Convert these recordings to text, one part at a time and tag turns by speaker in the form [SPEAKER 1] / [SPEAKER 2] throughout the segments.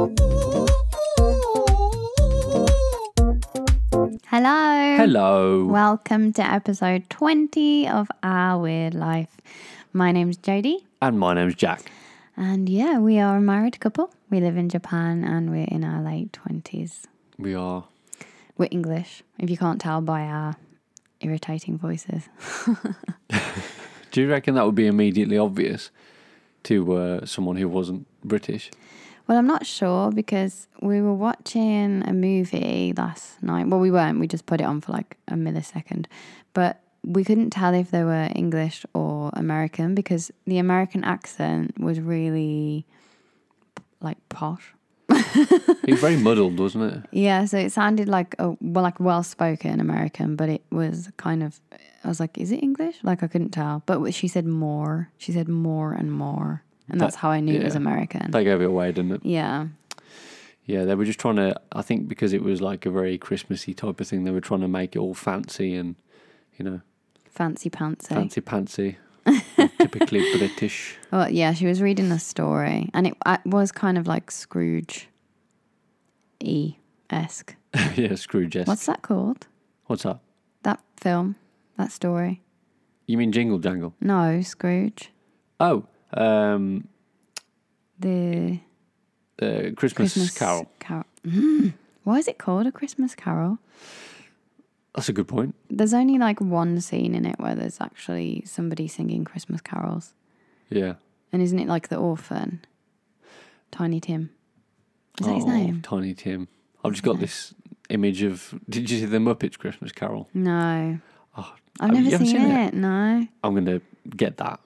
[SPEAKER 1] Um,
[SPEAKER 2] Hello.
[SPEAKER 1] Welcome to episode 20 of Our Weird Life. My name's Jodie,
[SPEAKER 2] And my name's Jack.
[SPEAKER 1] and yeah, we are a married couple. We live in Japan and we're in our late 20s.
[SPEAKER 2] We are.
[SPEAKER 1] We're English, if you can't tell by our irritating voices.
[SPEAKER 2] Do you reckon that would be immediately obvious to uh, someone who wasn't British?
[SPEAKER 1] Well, I'm not sure because we were watching a movie last night. Well, we weren't. We just put it on for like a millisecond. But we couldn't tell if they were English or American because the American accent was really like posh.
[SPEAKER 2] It was very muddled, wasn't it?
[SPEAKER 1] Yeah, so it sounded like a well, like well spoken American, but it was kind of. I was like, "Is it English?" Like I couldn't tell. But she said more. She said more and more, and that's how I knew it was
[SPEAKER 2] yeah.
[SPEAKER 1] American.
[SPEAKER 2] They gave it away, didn't it?
[SPEAKER 1] yeah,
[SPEAKER 2] Yeah, they were just trying to. I think because it was like a very Christmassy type of thing, they were trying to make it all fancy and, you know,
[SPEAKER 1] fancy pantsy.
[SPEAKER 2] fancy pantsy. typically British.
[SPEAKER 1] Well, yeah, she was reading a story, and it, it was kind of like Scrooge E esque.
[SPEAKER 2] yeah, Scrooge.
[SPEAKER 1] What's that called?
[SPEAKER 2] What's that?
[SPEAKER 1] That film? That story?
[SPEAKER 2] You mean Jingle Jangle?
[SPEAKER 1] No, Scrooge.
[SPEAKER 2] Oh, um,
[SPEAKER 1] The
[SPEAKER 2] uh, Christmas,
[SPEAKER 1] Christmas
[SPEAKER 2] Carol.
[SPEAKER 1] Carol. Mm. Why is it called a Christmas Carol?
[SPEAKER 2] That's a good point.
[SPEAKER 1] There's only like one scene in it where there's actually somebody singing Christmas carols,
[SPEAKER 2] Yeah.
[SPEAKER 1] and isn't it like the orphan, Tiny Tim? Is that
[SPEAKER 2] Oh.
[SPEAKER 1] his name?
[SPEAKER 2] Tiny Tim. I've just got this image of. Did you see the Muppets Christmas Carol?
[SPEAKER 1] No,
[SPEAKER 2] Oh,
[SPEAKER 1] I've
[SPEAKER 2] Oh, you
[SPEAKER 1] never
[SPEAKER 2] haven't
[SPEAKER 1] seen,
[SPEAKER 2] seen it?
[SPEAKER 1] it. No.
[SPEAKER 2] I'm going to get that.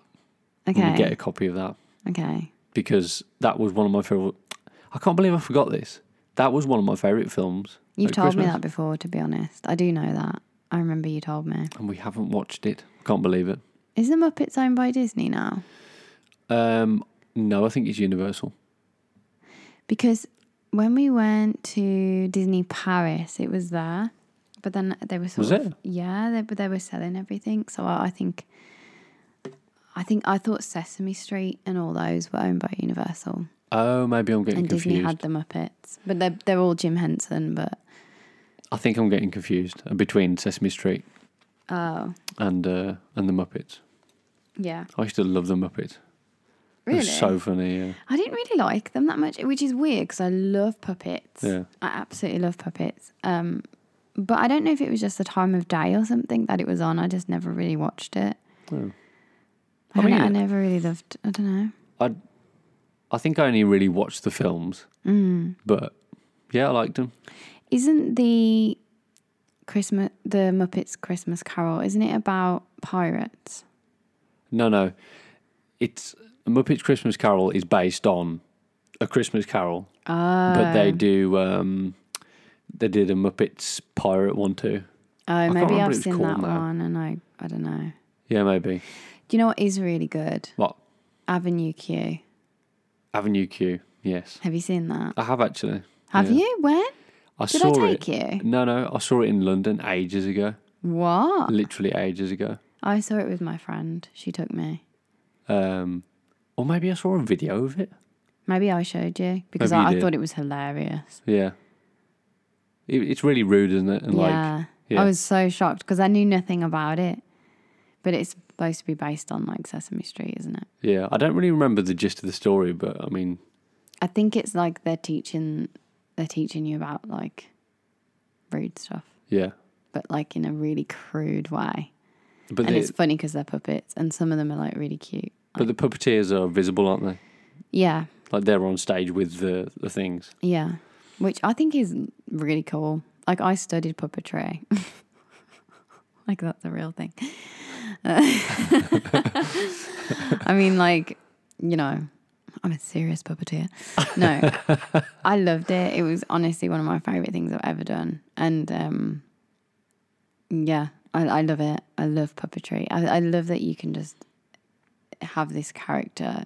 [SPEAKER 2] I'm going to get
[SPEAKER 1] Okay.
[SPEAKER 2] a copy of that
[SPEAKER 1] Okay.
[SPEAKER 2] because that was one of my favorite. I can't believe I forgot this. That was one of my favorite films.
[SPEAKER 1] You've
[SPEAKER 2] at
[SPEAKER 1] told me
[SPEAKER 2] Christmas,
[SPEAKER 1] that before, to be honest. I do know that. I remember you told me.
[SPEAKER 2] and we haven't watched it. Can't believe it.
[SPEAKER 1] Is the Muppets owned by Disney now?
[SPEAKER 2] Um, no, I think it's Universal.
[SPEAKER 1] Because when we went to Disney Paris, it was there, but then they were sort
[SPEAKER 2] Was
[SPEAKER 1] of
[SPEAKER 2] it?
[SPEAKER 1] yeah, they, but they were selling everything. So I, I think, I think I thought Sesame Street and all those were owned by Universal,
[SPEAKER 2] Oh, maybe I'm getting
[SPEAKER 1] and
[SPEAKER 2] confused.
[SPEAKER 1] Disney had the Muppets, but they're they're all Jim Henson. But
[SPEAKER 2] I think I'm getting confused between Sesame Street
[SPEAKER 1] oh
[SPEAKER 2] and uh, and the Muppets.
[SPEAKER 1] yeah,
[SPEAKER 2] I used to love the Muppets. It
[SPEAKER 1] really.
[SPEAKER 2] was so funny. Yeah.
[SPEAKER 1] I didn't really like them that much, which is weird because I love puppets.
[SPEAKER 2] Yeah.
[SPEAKER 1] I absolutely love puppets. Um, but I don't know if it was just the time of day or something that it was on. I just never really watched it.
[SPEAKER 2] Oh.
[SPEAKER 1] I,
[SPEAKER 2] I
[SPEAKER 1] don't know,
[SPEAKER 2] mean-
[SPEAKER 1] I never really loved. I don't know.
[SPEAKER 2] I I think I only really watched the films, mm. but yeah, I liked them.
[SPEAKER 1] Isn't the Christmas the Muppets Christmas Carol? Isn't it about pirates?
[SPEAKER 2] No, no, it's Muppets Christmas Carol is based on a Christmas Carol, but
[SPEAKER 1] Oh,
[SPEAKER 2] they do um, they did a Muppets pirate one too.
[SPEAKER 1] Oh,
[SPEAKER 2] can't
[SPEAKER 1] maybe
[SPEAKER 2] remember what
[SPEAKER 1] I've
[SPEAKER 2] it's
[SPEAKER 1] seen
[SPEAKER 2] called
[SPEAKER 1] that
[SPEAKER 2] now.
[SPEAKER 1] one, and I I don't know.
[SPEAKER 2] Yeah, maybe
[SPEAKER 1] Do you know what is really good?
[SPEAKER 2] what
[SPEAKER 1] Avenue Q.
[SPEAKER 2] Avenue Q? Yes,
[SPEAKER 1] Have you seen that?
[SPEAKER 2] I have actually.
[SPEAKER 1] Have
[SPEAKER 2] Yeah.
[SPEAKER 1] you? When
[SPEAKER 2] I
[SPEAKER 1] did I
[SPEAKER 2] saw
[SPEAKER 1] take
[SPEAKER 2] it.
[SPEAKER 1] you?
[SPEAKER 2] No, no, I saw it in London ages ago.
[SPEAKER 1] What?
[SPEAKER 2] Literally ages ago.
[SPEAKER 1] I saw it with my friend. She took me.
[SPEAKER 2] Um, or maybe I saw a video of it.
[SPEAKER 1] Maybe I showed you because
[SPEAKER 2] Maybe you
[SPEAKER 1] I, I
[SPEAKER 2] did.
[SPEAKER 1] thought it was hilarious.
[SPEAKER 2] Yeah. It, it's really rude, isn't it? And like,
[SPEAKER 1] yeah.
[SPEAKER 2] yeah.
[SPEAKER 1] I was so shocked because I knew nothing about it. But it's supposed to be based on like Sesame Street, isn't it?
[SPEAKER 2] yeah, I don't really remember the gist of the story, but I mean,
[SPEAKER 1] I think it's like they're teaching they're teaching you about like rude stuff,
[SPEAKER 2] yeah.
[SPEAKER 1] but like in a really crude way.
[SPEAKER 2] But
[SPEAKER 1] and
[SPEAKER 2] the,
[SPEAKER 1] it's funny because they're puppets, and some of them are like really cute.
[SPEAKER 2] but the puppeteers are visible, aren't they?
[SPEAKER 1] Yeah,
[SPEAKER 2] Like they're on stage with the, the things.
[SPEAKER 1] yeah, which I think is really cool. Like I studied puppetry, like that's a real thing. I mean, like, you know, I'm a serious puppeteer. No, I loved it. It was honestly one of my favorite things I've ever done. And um, yeah, I, I love it. I love puppetry. I, I love that you can just have this character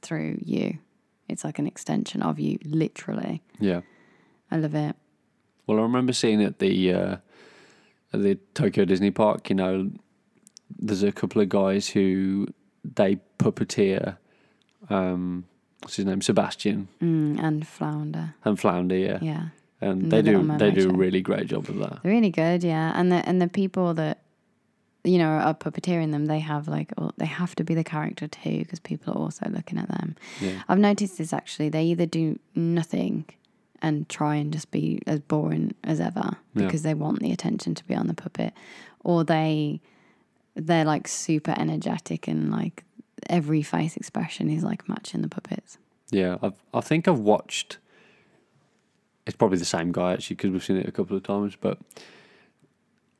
[SPEAKER 1] through you. It's like an extension of you, literally.
[SPEAKER 2] Yeah.
[SPEAKER 1] I love it.
[SPEAKER 2] Well, I remember seeing at the uh, at the Tokyo Disney Park. You know, there's a couple of guys who they puppeteer. Um, what's his name? Sebastian
[SPEAKER 1] Mm, and flounder.
[SPEAKER 2] and Flounder. Yeah.
[SPEAKER 1] Yeah.
[SPEAKER 2] and
[SPEAKER 1] The
[SPEAKER 2] they
[SPEAKER 1] Little
[SPEAKER 2] do they
[SPEAKER 1] Mermaid
[SPEAKER 2] do a
[SPEAKER 1] show.
[SPEAKER 2] really great job of that.
[SPEAKER 1] They're really good, yeah. And the and the people that you know are puppeteering them, they have like all, they have to be the character too because people are also looking at them.
[SPEAKER 2] Yeah.
[SPEAKER 1] I've noticed this actually. They either do nothing and try and just be as boring as ever
[SPEAKER 2] Yeah.
[SPEAKER 1] because they want the attention to be on the puppet, or they they're like super energetic and like every face expression is like matching the puppets.
[SPEAKER 2] Yeah, I've, I think I've watched. It's probably the same guy actually because we've seen it a couple of times, but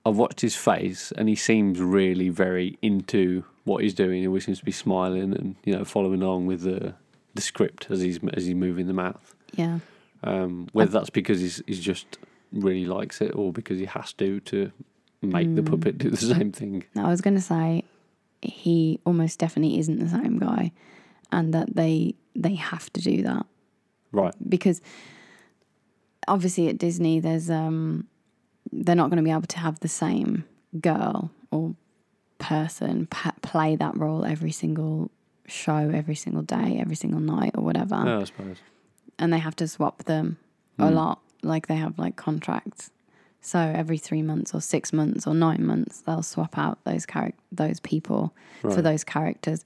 [SPEAKER 2] I've watched his face and he seems really very into what he's doing. He always seems to be smiling and you know following along with the the script as he's as he's moving the mouth.
[SPEAKER 1] Yeah.
[SPEAKER 2] Um, whether that's because he's he's just really likes it or because he has to to make the puppet do the same thing.
[SPEAKER 1] Now, I was going to say he almost definitely isn't the same guy, and that they they have to do that
[SPEAKER 2] Right.
[SPEAKER 1] because obviously at Disney there's um they're not going to be able to have the same girl or person pa- play that role every single show, every single day, every single night or whatever,
[SPEAKER 2] Yeah, I suppose.
[SPEAKER 1] and they have to swap them a
[SPEAKER 2] Hmm.
[SPEAKER 1] lot. Like they have like contracts. So every three months or six months or nine months, they'll swap out those charac- those people for
[SPEAKER 2] Right.
[SPEAKER 1] those characters.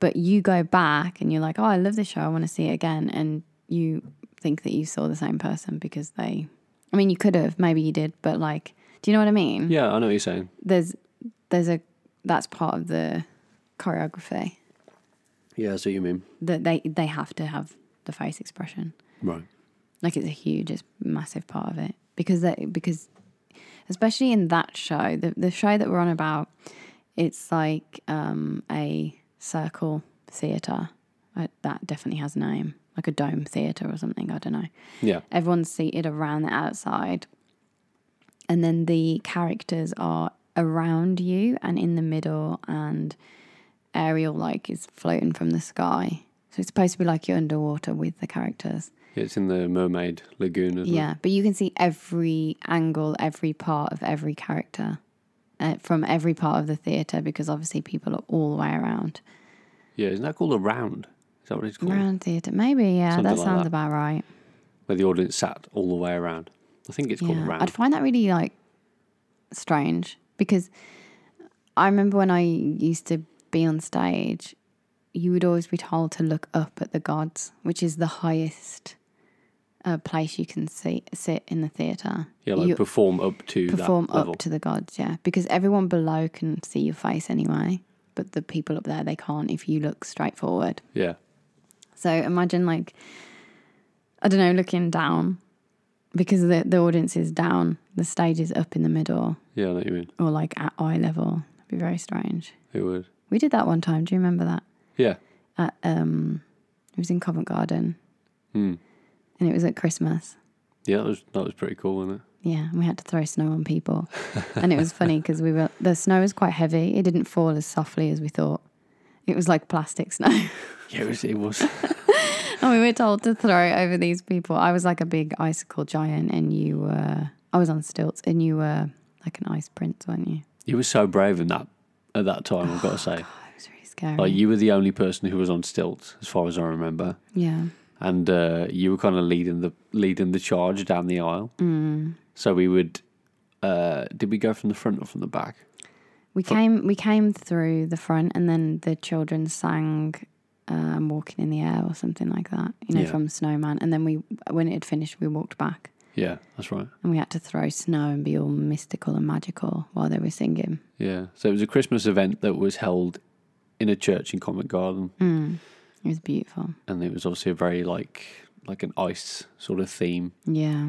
[SPEAKER 1] But you go back and you're like, oh, I love this show. I want to see it again. And you think that you saw the same person because they, I mean, you could have, maybe you did, but like, do you know what I mean?
[SPEAKER 2] Yeah, I know what you're saying.
[SPEAKER 1] There's, there's a, that's part of the choreography
[SPEAKER 2] Yeah, I see what you mean.
[SPEAKER 1] that they, they have to have the face expression.
[SPEAKER 2] Right.
[SPEAKER 1] Like it's a huge, it's massive part of it because that because especially in that show, the the show that we're on about, it's like um, a circle theater I, that definitely has a name, like a dome theater or something. I don't know.
[SPEAKER 2] Yeah.
[SPEAKER 1] Everyone's seated around the outside, and then the characters are around you and in the middle, and Ariel like is floating from the sky. So it's supposed to be like you're underwater with the characters.
[SPEAKER 2] It's in the Mermaid Lagoon. Isn't
[SPEAKER 1] Yeah, but you can see every angle, every part of every character uh, from every part of the theatre because obviously people are all the way around.
[SPEAKER 2] It? Yeah. Isn't that called a round? Is that what it's called?
[SPEAKER 1] Around theatre. Maybe, yeah,
[SPEAKER 2] Something
[SPEAKER 1] that
[SPEAKER 2] like
[SPEAKER 1] sounds
[SPEAKER 2] that.
[SPEAKER 1] about right.
[SPEAKER 2] Where the audience sat all the way around. I think it's called a
[SPEAKER 1] Yeah.
[SPEAKER 2] round.
[SPEAKER 1] I'd find that really like strange because I remember when I used to be on stage, you would always be told to look up at the gods, which is the highest uh, place you can see, sit in the theatre.
[SPEAKER 2] yeah, like
[SPEAKER 1] You-
[SPEAKER 2] perform up to
[SPEAKER 1] perform
[SPEAKER 2] that level.
[SPEAKER 1] up to the gods, yeah. Because everyone below can see your face anyway, but the people up there they can't if you look straight forward.
[SPEAKER 2] yeah.
[SPEAKER 1] So imagine like I don't know, looking down because the the audience is down, the stage is up in the middle
[SPEAKER 2] Yeah, I know what you mean.
[SPEAKER 1] or like at eye level. It'd be very strange.
[SPEAKER 2] It would.
[SPEAKER 1] We did that one time. Do you remember that?
[SPEAKER 2] Yeah.
[SPEAKER 1] At um, it was in Covent Garden,
[SPEAKER 2] Hmm.
[SPEAKER 1] and it was at Christmas.
[SPEAKER 2] Yeah, that was that was pretty cool, wasn't it?
[SPEAKER 1] Yeah, and we had to throw snow on people, and it was funny because we were the snow was quite heavy. It didn't fall as softly as we thought. It was like plastic snow,
[SPEAKER 2] Yeah, it was. It was.
[SPEAKER 1] and we were told to throw it over these people. I was like a big icicle giant, and you were. I was on stilts, and you were like an ice prince, weren't you?
[SPEAKER 2] you were so brave in that at that time. I've got to say,
[SPEAKER 1] It was really scary.
[SPEAKER 2] like Oh, you were the only person who was on stilts, as far as I remember,
[SPEAKER 1] yeah,
[SPEAKER 2] and uh, you were kind of leading the leading the charge down the aisle. Mm. So we would. Uh, did we go from the front or from the back?
[SPEAKER 1] we came we came through the front, and then the children sang. Um, walking in the air or something like that, you know,
[SPEAKER 2] Yeah.
[SPEAKER 1] from Snowman. And then we, when it had finished, we walked back.
[SPEAKER 2] Yeah, that's right.
[SPEAKER 1] And we had to throw snow and be all mystical and magical while they were singing.
[SPEAKER 2] Yeah. So it was a Christmas event that was held in a church in Covent Garden,
[SPEAKER 1] Mm. It was beautiful.
[SPEAKER 2] and it was obviously a very like like an ice sort of theme.
[SPEAKER 1] Yeah.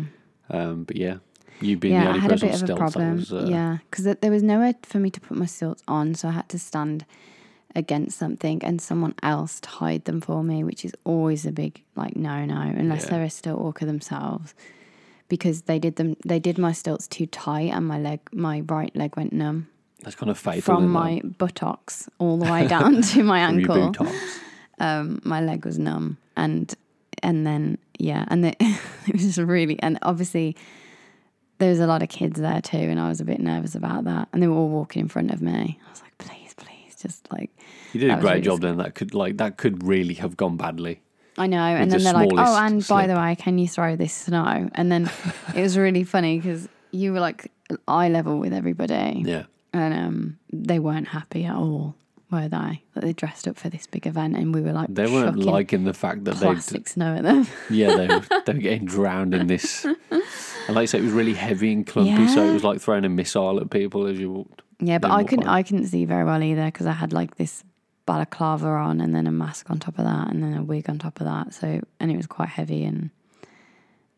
[SPEAKER 2] Um, but yeah, you being the
[SPEAKER 1] yeah, I
[SPEAKER 2] only
[SPEAKER 1] had a
[SPEAKER 2] person
[SPEAKER 1] bit of a
[SPEAKER 2] still,
[SPEAKER 1] problem.
[SPEAKER 2] that was, uh,
[SPEAKER 1] yeah, because there was nowhere for me to put my stilts on, so I had to stand against something and someone else to hide them for me, which is always a big like no no, unless
[SPEAKER 2] Yeah.
[SPEAKER 1] they're a stilt walker themselves, because they did them they did my stilts too tight and my leg my right leg went numb
[SPEAKER 2] that's kind of fatal
[SPEAKER 1] from
[SPEAKER 2] isn't
[SPEAKER 1] my buttocks all the way down to my
[SPEAKER 2] it? From your
[SPEAKER 1] ankle.
[SPEAKER 2] botox.
[SPEAKER 1] um, my leg was numb and and then yeah and it, it was just really and obviously there was a lot of kids there too and I was a bit nervous about that and they were all walking in front of me I was like please please just like
[SPEAKER 2] You did
[SPEAKER 1] That
[SPEAKER 2] a
[SPEAKER 1] was
[SPEAKER 2] great
[SPEAKER 1] really
[SPEAKER 2] job then. That could like that could really have gone badly.
[SPEAKER 1] I know. And
[SPEAKER 2] the
[SPEAKER 1] then they're like, oh,
[SPEAKER 2] smallest
[SPEAKER 1] and by
[SPEAKER 2] slip.
[SPEAKER 1] the way, can you throw this snow? And then it was really funny because you were like eye level with everybody.
[SPEAKER 2] Yeah.
[SPEAKER 1] And um, they weren't happy at all, were they? That they dressed up for this big event and we were like,
[SPEAKER 2] They weren't
[SPEAKER 1] chucking
[SPEAKER 2] liking the fact that they,
[SPEAKER 1] plastic snow at them.
[SPEAKER 2] yeah, they were, they were getting drowned in this. And like I say, it was really heavy and clumpy, so it
[SPEAKER 1] Yeah.
[SPEAKER 2] was like throwing a missile at people as you walked.
[SPEAKER 1] yeah, but
[SPEAKER 2] Then
[SPEAKER 1] I
[SPEAKER 2] what
[SPEAKER 1] couldn't,
[SPEAKER 2] fun.
[SPEAKER 1] I couldn't see very well either because I had like this balaclava on and then a mask on top of that and then a wig on top of that. So, and it was quite heavy and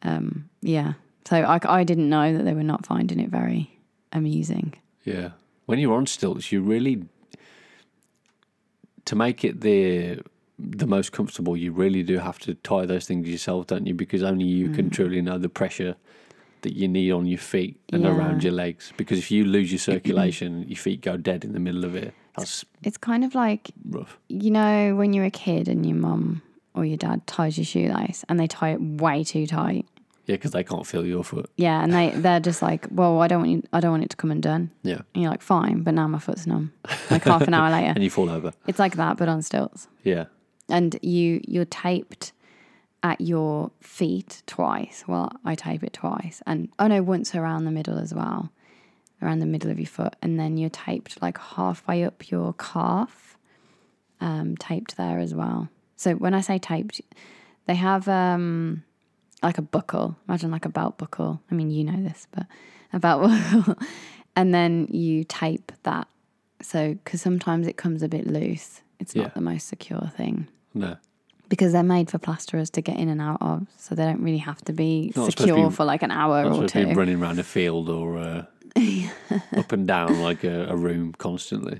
[SPEAKER 1] um, yeah. So I, I didn't know that they were not finding it very amusing.
[SPEAKER 2] Yeah. When you're on stilts, you really to make it the the most comfortable, you really do have to tie those things yourself, don't you? Because only you can truly know the pressure that you need on your feet and
[SPEAKER 1] Yeah.
[SPEAKER 2] around your legs. Because if you lose your circulation, your feet go dead in the middle of it. That's
[SPEAKER 1] It's kind of like
[SPEAKER 2] rough.
[SPEAKER 1] you know when you're a kid and your mum or your dad ties your shoelace and they tie it way too tight.
[SPEAKER 2] Yeah, because they can't feel your foot.
[SPEAKER 1] Yeah, and they they're just like, well, I don't want you, I don't want it to come undone.
[SPEAKER 2] Yeah.
[SPEAKER 1] And you're like, fine, but now my foot's numb. Like half an hour later,
[SPEAKER 2] And you fall over.
[SPEAKER 1] it's like that, but on stilts.
[SPEAKER 2] Yeah.
[SPEAKER 1] And you you're taped at your feet twice. Well, I tape it twice, and oh no, once around the middle as well, around the middle of your foot, and then you're taped like halfway up your calf, um, taped there as well. So when I say taped, they have um, like a buckle. Imagine like a belt buckle. I mean, you know this, but a belt buckle, and then you tape that. So because sometimes it comes a bit loose. It's
[SPEAKER 2] Yeah.
[SPEAKER 1] not the most secure thing
[SPEAKER 2] No.
[SPEAKER 1] because they're made for plasterers to get in and out of, so they don't really have to be
[SPEAKER 2] Not supposed to
[SPEAKER 1] secure
[SPEAKER 2] be-
[SPEAKER 1] for like an hour
[SPEAKER 2] That's
[SPEAKER 1] or
[SPEAKER 2] what people
[SPEAKER 1] two.
[SPEAKER 2] running around a field or uh, up and down like a, a room constantly.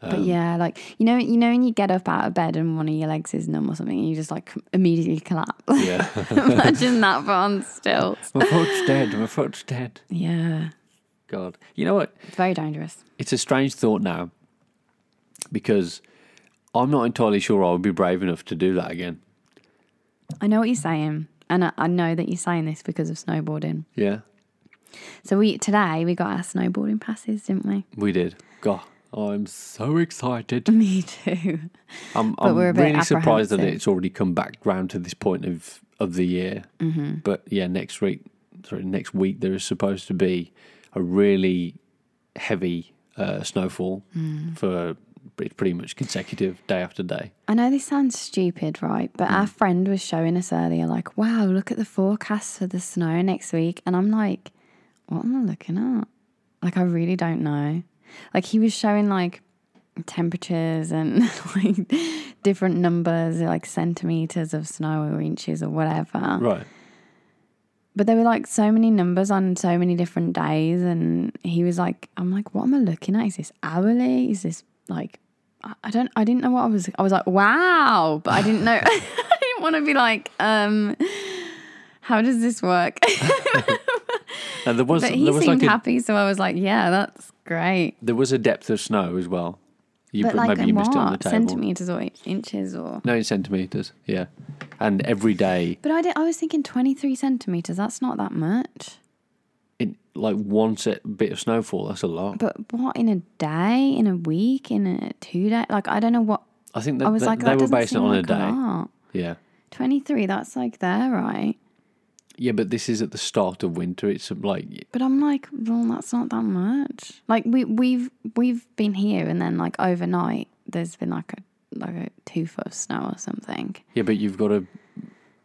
[SPEAKER 1] but
[SPEAKER 2] um,
[SPEAKER 1] yeah, like you know, you know, when you get up out of bed and one of your legs is numb or something, and you just like immediately collapse.
[SPEAKER 2] Yeah.
[SPEAKER 1] Imagine that but on stilts.
[SPEAKER 2] my foot's dead. My foot's dead.
[SPEAKER 1] Yeah,
[SPEAKER 2] God. You know what?
[SPEAKER 1] it's very dangerous.
[SPEAKER 2] It's a strange thought now because I'm not entirely sure I would be brave enough to do that again.
[SPEAKER 1] I know what you're saying, and I, I know that you're saying this because of snowboarding.
[SPEAKER 2] Yeah.
[SPEAKER 1] So we today we got our snowboarding passes, didn't we?
[SPEAKER 2] We did. God, I'm so excited.
[SPEAKER 1] Me too.
[SPEAKER 2] I'm, I'm
[SPEAKER 1] we're a bit
[SPEAKER 2] really surprised that
[SPEAKER 1] apprehensive.
[SPEAKER 2] it's already come back round to this point of, of the year. Mm-hmm. But yeah, next week, sorry, next week there is supposed to be a really heavy uh, snowfall
[SPEAKER 1] Mm.
[SPEAKER 2] for it's pretty much consecutive day after day.
[SPEAKER 1] I know this sounds stupid, right? But our friend was showing us earlier, like, wow, look at the forecast for the snow next week. And I'm like, what am I looking at? Like, I really don't know. Like, he was showing like temperatures and like different numbers, like centimeters of snow or inches or whatever.
[SPEAKER 2] Right.
[SPEAKER 1] But there were like so many numbers on so many different days, and he was like, "I'm like, what am I looking at? Is this hourly? Is this like, I- I don't, I didn't know what I was. I was like, wow, but I didn't know. I didn't want to be like, um, how does this work?
[SPEAKER 2] And there was
[SPEAKER 1] but he
[SPEAKER 2] there was
[SPEAKER 1] seemed
[SPEAKER 2] like a
[SPEAKER 1] happy, so I was like, yeah, that's great.
[SPEAKER 2] There was a depth of snow as well. You
[SPEAKER 1] But
[SPEAKER 2] put-
[SPEAKER 1] like,
[SPEAKER 2] maybe you
[SPEAKER 1] what
[SPEAKER 2] missed it on the table.
[SPEAKER 1] centimeters or in- inches or?
[SPEAKER 2] No, in centimeters. Yeah, and every day
[SPEAKER 1] But I did. I was thinking 23 centimeters. That's not that much.
[SPEAKER 2] in like one set bit of snowfall. That's a lot.
[SPEAKER 1] But what in a day, in a week, in a two day? Like, I don't know what.
[SPEAKER 2] I think that,
[SPEAKER 1] I was
[SPEAKER 2] that
[SPEAKER 1] like,
[SPEAKER 2] they
[SPEAKER 1] that
[SPEAKER 2] were
[SPEAKER 1] doesn't
[SPEAKER 2] basing it
[SPEAKER 1] seem
[SPEAKER 2] on a
[SPEAKER 1] like
[SPEAKER 2] day.
[SPEAKER 1] lot.
[SPEAKER 2] Yeah,
[SPEAKER 1] 23, that's like there, right?
[SPEAKER 2] yeah, but this is at the start of winter. It's like
[SPEAKER 1] But I'm like, well, that's not that much. Like we we've we've been here and then like overnight there's been like a like a two foot of snow or something.
[SPEAKER 2] yeah, but you've got to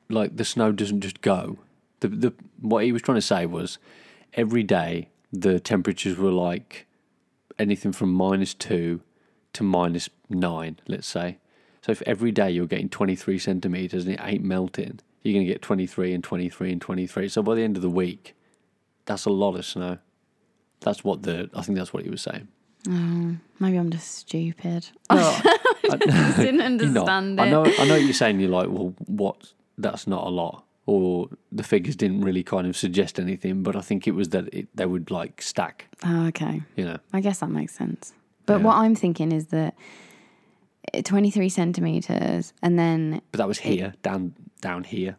[SPEAKER 2] like the snow doesn't just go. The the what he was trying to say was every day the temperatures were like anything from minus two to minus nine, let's say. So if every day you're getting 23 centimeters and it ain't melting, you're going to get 23 and 23 and 23. So by the end of the week, that's a lot of snow. That's what the I think that's what he was saying.
[SPEAKER 1] Maybe I'm just stupid.
[SPEAKER 2] I,
[SPEAKER 1] I didn't
[SPEAKER 2] you're not.
[SPEAKER 1] understand
[SPEAKER 2] I
[SPEAKER 1] it.
[SPEAKER 2] know I know what you're saying. You're like, well, what? That's not a lot. Or the figures didn't really kind of suggest anything, but I think it was that it, they would like stack,
[SPEAKER 1] Oh, okay.
[SPEAKER 2] you know.
[SPEAKER 1] I guess that makes sense. But
[SPEAKER 2] Yeah.
[SPEAKER 1] what I'm thinking is that uh, 23 centimeters and then
[SPEAKER 2] But that was here, down down here.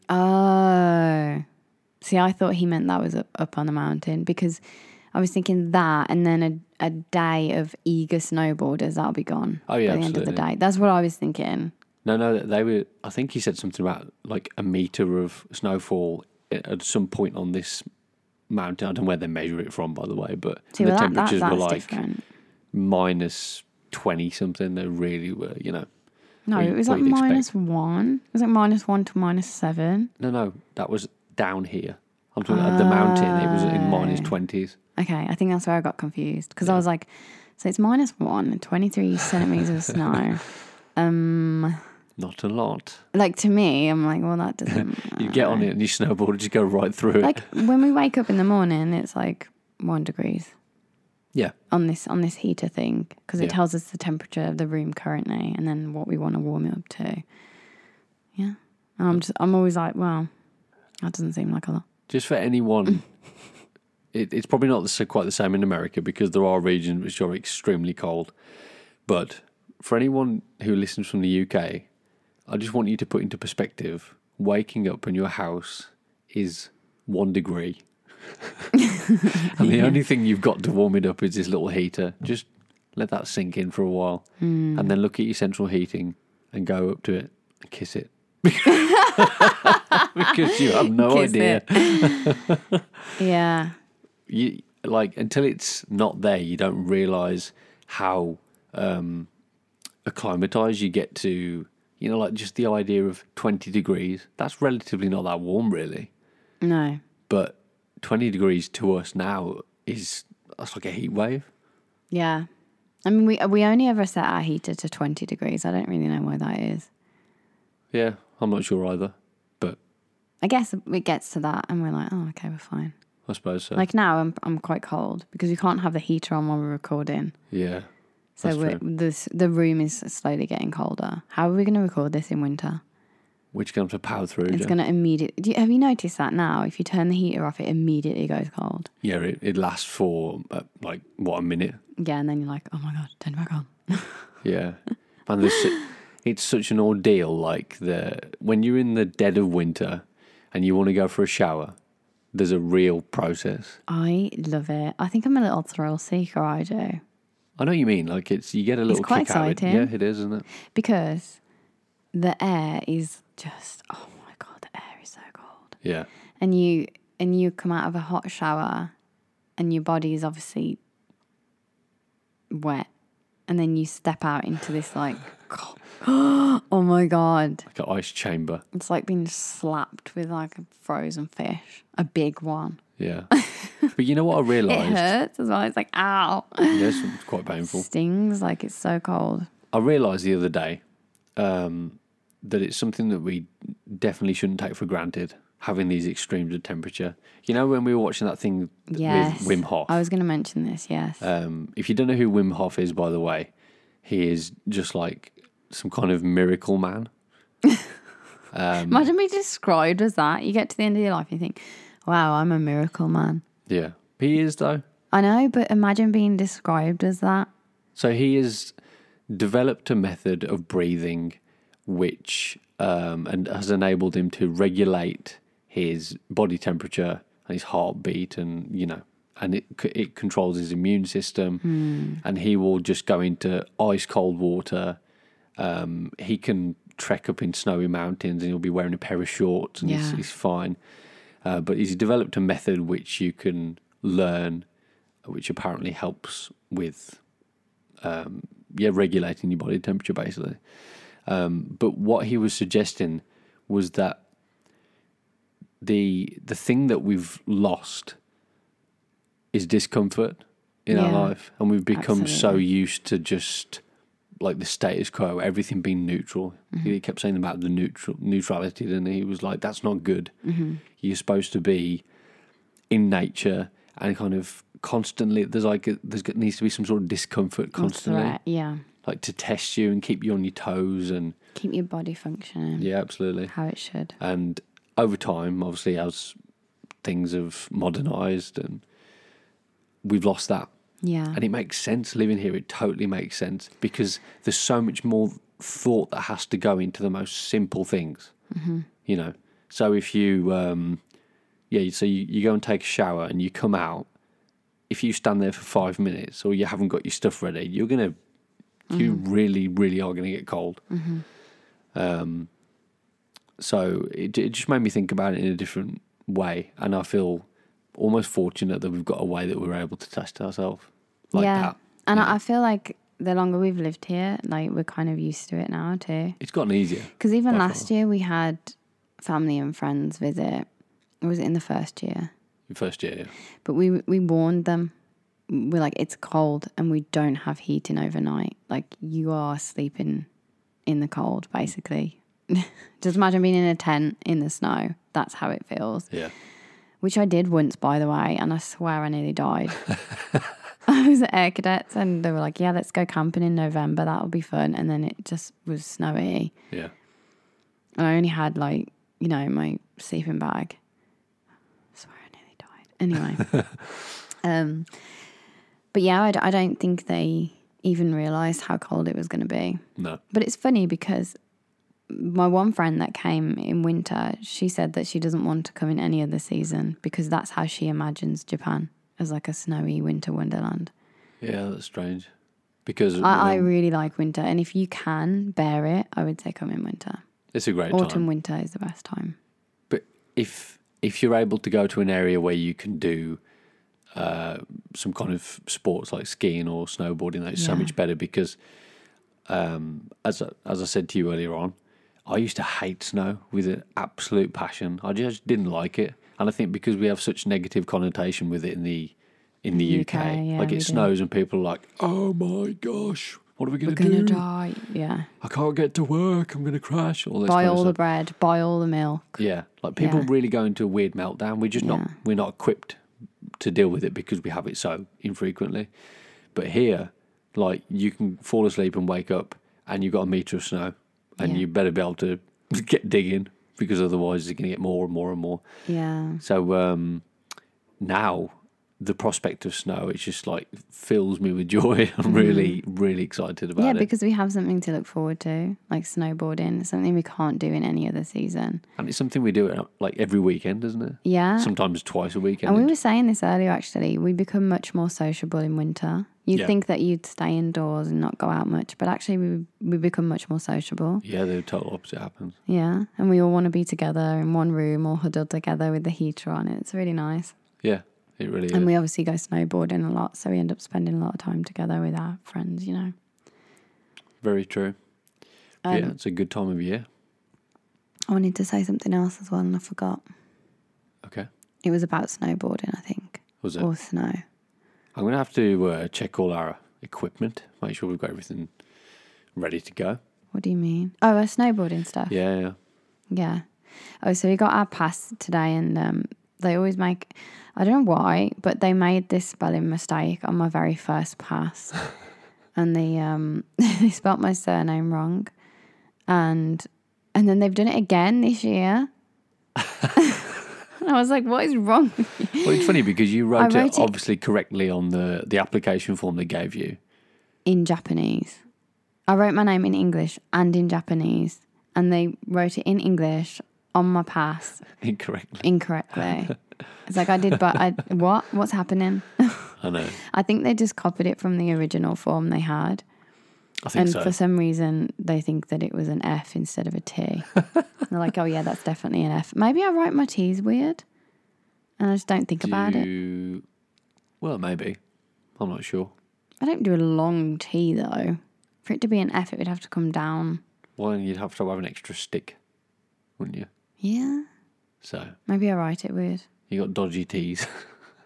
[SPEAKER 1] Oh. See, I thought he meant that was up, up on the mountain because I was thinking that and then a, a day of eager snowboarders, that'll be gone
[SPEAKER 2] Oh, yeah,
[SPEAKER 1] by the end of the
[SPEAKER 2] absolutely.
[SPEAKER 1] day. That's what I was thinking.
[SPEAKER 2] No, no, they were. I think he said something about like a meter of snowfall at at some point on this mountain. I don't know where they measure it from, by the way, but
[SPEAKER 1] See,
[SPEAKER 2] the
[SPEAKER 1] well, that, that,
[SPEAKER 2] temperatures
[SPEAKER 1] that's
[SPEAKER 2] were like
[SPEAKER 1] different.
[SPEAKER 2] minus twenty something. They really were, you know.
[SPEAKER 1] No,
[SPEAKER 2] what you-
[SPEAKER 1] it was
[SPEAKER 2] what
[SPEAKER 1] like
[SPEAKER 2] you'd expect.
[SPEAKER 1] minus one. It was like minus one to minus seven.
[SPEAKER 2] No, no, that was down here. I'm talking about the mountain. It was in minus twenties.
[SPEAKER 1] Okay, I think that's where I got confused because I was like, so it's minus one, 23 centimeters of snow. Um,
[SPEAKER 2] Not a lot.
[SPEAKER 1] like to me, I'm like, well, that doesn't.
[SPEAKER 2] You get on it and you snowboard. You just go right through it.
[SPEAKER 1] Like when we wake up in the morning, it's like one degrees
[SPEAKER 2] yeah,
[SPEAKER 1] on this on this heater thing because it
[SPEAKER 2] Yeah.
[SPEAKER 1] tells us the temperature of the room currently and then what we want to warm it up to. Yeah, and I'm just I'm always like, well, that doesn't seem like a lot.
[SPEAKER 2] just for anyone. it, it's probably not the, s- quite the same in America because there are regions which are extremely cold. But for anyone who listens from the UK, I just want you to put into perspective: waking up in your house is one degree, and the only thing you've got to warm it up is this little heater. Just let that sink in for a while, and then look at your central heating and go up to it and kiss it. because you have no
[SPEAKER 1] Kiss
[SPEAKER 2] idea.
[SPEAKER 1] Yeah,
[SPEAKER 2] you like until it's not there, you don't realize how um, acclimatized you get to. You know, like just the idea of twenty degrees. That's relatively not that warm, really.
[SPEAKER 1] no,
[SPEAKER 2] But twenty degrees to us now is that's like a heat wave.
[SPEAKER 1] yeah. I mean, we we only ever set our heater to 20 degrees. I don't really know why that is.
[SPEAKER 2] Yeah, I'm not sure either, but
[SPEAKER 1] I guess it gets to that and we're like, oh, okay, we're fine.
[SPEAKER 2] I suppose so.
[SPEAKER 1] Like now, I'm I'm quite cold because we can't have the heater on while we're recording.
[SPEAKER 2] yeah,
[SPEAKER 1] So
[SPEAKER 2] That's
[SPEAKER 1] we're, this the room is slowly getting colder. How are we going to record this in winter?
[SPEAKER 2] which comes to power through.
[SPEAKER 1] It's
[SPEAKER 2] Jen.
[SPEAKER 1] going to immediately. Have you noticed that now? If you turn the heater off, it immediately goes cold.
[SPEAKER 2] yeah, it, it lasts for uh, like what a minute.
[SPEAKER 1] Yeah, and then you're like, oh my god, turn it back on.
[SPEAKER 2] Yeah, and there's, su- it's such an ordeal. Like the when you're in the dead of winter and you want to go for a shower, there's a real process.
[SPEAKER 1] I love it. I think I'm a little thrill seeker. I do
[SPEAKER 2] I know what you mean. Like it's you get a little
[SPEAKER 1] quite
[SPEAKER 2] kick out of it. Yeah,
[SPEAKER 1] exciting.
[SPEAKER 2] it is, isn't it?
[SPEAKER 1] because the air is just oh my god, the air is so cold.
[SPEAKER 2] Yeah,
[SPEAKER 1] and you and you come out of a hot shower and your body is obviously wet and then you step out into this like oh my god
[SPEAKER 2] like an ice chamber.
[SPEAKER 1] it's like being slapped with like a frozen fish a big one
[SPEAKER 2] Yeah, but you know what I
[SPEAKER 1] it
[SPEAKER 2] realised?
[SPEAKER 1] hurts as well it's like ow
[SPEAKER 2] yes, it's quite painful.
[SPEAKER 1] stings like it's so cold
[SPEAKER 2] I realised the other day um, that it's something that we definitely shouldn't take for granted. Having these extremes of temperature. You know when we were watching that thing th-
[SPEAKER 1] yes
[SPEAKER 2] with Wim Hof.
[SPEAKER 1] i was going to mention this yes
[SPEAKER 2] Um, if you don't know who Wim Hof is, by the way, he is just like some kind of miracle man.
[SPEAKER 1] imagine being described as that you get to the end of your life and you think wow i'm a miracle man
[SPEAKER 2] Yeah, he is though.
[SPEAKER 1] I know, but imagine being described as that.
[SPEAKER 2] So he has developed a method of breathing, which um, and has enabled him to regulate his body temperature and his heartbeat, and you know, and it c- it controls his immune system, and he will just go into ice cold water. Um, he can trek up in snowy mountains, and he'll be wearing a pair of shorts, and he's,
[SPEAKER 1] Yeah.
[SPEAKER 2] he's fine. Uh, but he's developed a method which you can learn, which apparently helps with yeah, regulating your body temperature basically. Um, but what he was suggesting was that the the thing that we've lost is discomfort in our
[SPEAKER 1] Yeah.
[SPEAKER 2] life, and we've become so
[SPEAKER 1] Absolutely.
[SPEAKER 2] used to just like the status quo, everything being neutral.
[SPEAKER 1] Mm-hmm.
[SPEAKER 2] He kept saying about the neutral neutrality, didn't he? He was like, "That's not good.
[SPEAKER 1] Mm-hmm.
[SPEAKER 2] You're supposed to be in nature and kind of constantly. There's like a, there's got- needs to be some sort of discomfort
[SPEAKER 1] That's
[SPEAKER 2] constantly."
[SPEAKER 1] right, Yeah.
[SPEAKER 2] like to test you and keep you on your toes and
[SPEAKER 1] Keep your body functioning
[SPEAKER 2] yeah absolutely
[SPEAKER 1] how it should.
[SPEAKER 2] and over time obviously as things have modernized and we've lost that
[SPEAKER 1] Yeah.
[SPEAKER 2] and it makes sense living here it totally makes sense because there's so much more thought that has to go into the most simple things you know so if you um yeah so you, you go and take a shower and you come out if you stand there for five minutes or you
[SPEAKER 1] Mm-hmm.
[SPEAKER 2] haven't got your stuff ready you're gonna you really really are gonna get cold Um, so it, it just made me think about it in a different way, and I feel almost fortunate that we've got a way that we're able to test ourselves like
[SPEAKER 1] yeah.
[SPEAKER 2] that.
[SPEAKER 1] And
[SPEAKER 2] Yeah.
[SPEAKER 1] I I feel like the longer we've lived here, like we're kind of used to it now too.
[SPEAKER 2] It's gotten easier.
[SPEAKER 1] Because even
[SPEAKER 2] By
[SPEAKER 1] last year we had family and friends visit. Was it in the first year?
[SPEAKER 2] First year, yeah.
[SPEAKER 1] But we we warned them. We're like, it's cold and we don't have heating overnight. Like you are sleeping in the cold, basically. Just imagine being in a tent in the snow. That's how it feels.
[SPEAKER 2] yeah.
[SPEAKER 1] Which I did once, by the way, and I swear I nearly died. I was at Air Cadets and they were like, Yeah, let's go camping in November, that'll be fun and then it just was snowy.
[SPEAKER 2] Yeah.
[SPEAKER 1] And I only had like, you know, my sleeping bag. I swear I nearly died. Anyway. um, but yeah, I, d- I don't think they even realised how cold it was going to be.
[SPEAKER 2] No.
[SPEAKER 1] But it's funny because my one friend that came in winter, she said that she doesn't want to come in any other season because that's how she imagines Japan as like a snowy winter wonderland.
[SPEAKER 2] Yeah, that's strange. Because
[SPEAKER 1] I, I
[SPEAKER 2] um,
[SPEAKER 1] really like winter. And if you can bear it, I would say come in winter.
[SPEAKER 2] it's a great
[SPEAKER 1] Autumn,
[SPEAKER 2] time.
[SPEAKER 1] winter is the best time.
[SPEAKER 2] But if if you're able to go to an area where you can do uh, some kind of sports like skiing or snowboarding, that's so
[SPEAKER 1] Yeah.
[SPEAKER 2] much better. Because um, as I, as I said to you earlier on, I used to hate snow with an absolute passion. I just didn't like it, and I think because we have such negative connotation with it in the in the
[SPEAKER 1] UK,
[SPEAKER 2] UK,
[SPEAKER 1] yeah,
[SPEAKER 2] like
[SPEAKER 1] we do.
[SPEAKER 2] it snows and people are like, "Oh my gosh, what are we
[SPEAKER 1] We're
[SPEAKER 2] going to
[SPEAKER 1] gonna
[SPEAKER 2] do?
[SPEAKER 1] die. Yeah.
[SPEAKER 2] I can't get to work. I'm going to crash." All this
[SPEAKER 1] buy
[SPEAKER 2] kind of
[SPEAKER 1] all
[SPEAKER 2] stuff.
[SPEAKER 1] the bread, buy all the milk.
[SPEAKER 2] Yeah, like people
[SPEAKER 1] Yeah.
[SPEAKER 2] really go into a weird meltdown. We're just not
[SPEAKER 1] Yeah.
[SPEAKER 2] we're not equipped to deal with it because we have it so infrequently. But here, like you can fall asleep and wake up, and you've got a meter of snow, and
[SPEAKER 1] Yeah.
[SPEAKER 2] you better be able to get digging because otherwise it's going to get more and more and more.
[SPEAKER 1] Yeah.
[SPEAKER 2] So um, now the prospect of snow, it just like fills me with joy. I'm really really excited about
[SPEAKER 1] Mm. yeah,
[SPEAKER 2] it,
[SPEAKER 1] because we have something to look forward to, like snowboarding, something we can't do in any other season.
[SPEAKER 2] and it's something we do uh, like every weekend, isn't it?
[SPEAKER 1] Yeah.
[SPEAKER 2] Sometimes twice a weekend.
[SPEAKER 1] and we were saying this earlier actually, we become much more sociable in winter. You'd
[SPEAKER 2] Yeah.
[SPEAKER 1] think that you'd stay indoors and not go out much, but actually we we become much more sociable.
[SPEAKER 2] yeah, the total opposite happens.
[SPEAKER 1] Yeah. And we all want to be together in one room or huddled together with the heater on. It's really nice.
[SPEAKER 2] Yeah, it really
[SPEAKER 1] And
[SPEAKER 2] is.
[SPEAKER 1] we obviously go snowboarding a lot, so we end up spending a lot of time together with our friends, you know.
[SPEAKER 2] Very true. yeah, it's a good time of year.
[SPEAKER 1] Um, I wanted to say something else as well and I forgot.
[SPEAKER 2] Okay.
[SPEAKER 1] It was about snowboarding, I think,
[SPEAKER 2] Was it?
[SPEAKER 1] or snow.
[SPEAKER 2] I'm going to have to uh, check all our equipment, make sure we've got everything ready to go.
[SPEAKER 1] What do you mean? Oh, our snowboarding stuff.
[SPEAKER 2] Yeah, yeah.
[SPEAKER 1] Yeah. Oh, so we got our pass today, and um, they always make, I don't know why, but they made this spelling mistake on my very first pass. and they, um, they spelt my surname wrong. And, and then they've done it again this year. and I was like, what is wrong with
[SPEAKER 2] Well, it's funny because you wrote,
[SPEAKER 1] wrote it-
[SPEAKER 2] it obviously correctly on the, the application form they gave you.
[SPEAKER 1] in Japanese. I wrote my name in English and in Japanese, and they wrote it in English on my pass
[SPEAKER 2] Incorrectly.
[SPEAKER 1] incorrectly. it's like I did, but I what? What's happening?
[SPEAKER 2] I know.
[SPEAKER 1] I think they just copied it from the original form they had,
[SPEAKER 2] I think
[SPEAKER 1] and
[SPEAKER 2] so.
[SPEAKER 1] for some reason they think that it was an F instead of a T. And they're like, oh yeah, that's definitely an F. Maybe I write my T's weird, and I just don't think about it.
[SPEAKER 2] Do- Well, maybe. I'm not sure.
[SPEAKER 1] I don't do a long T though. For it to be an F, it would have to come down.
[SPEAKER 2] Well, then you'd have to have an extra stick, wouldn't you?
[SPEAKER 1] Yeah,
[SPEAKER 2] So
[SPEAKER 1] maybe I write it weird.
[SPEAKER 2] you got dodgy T's.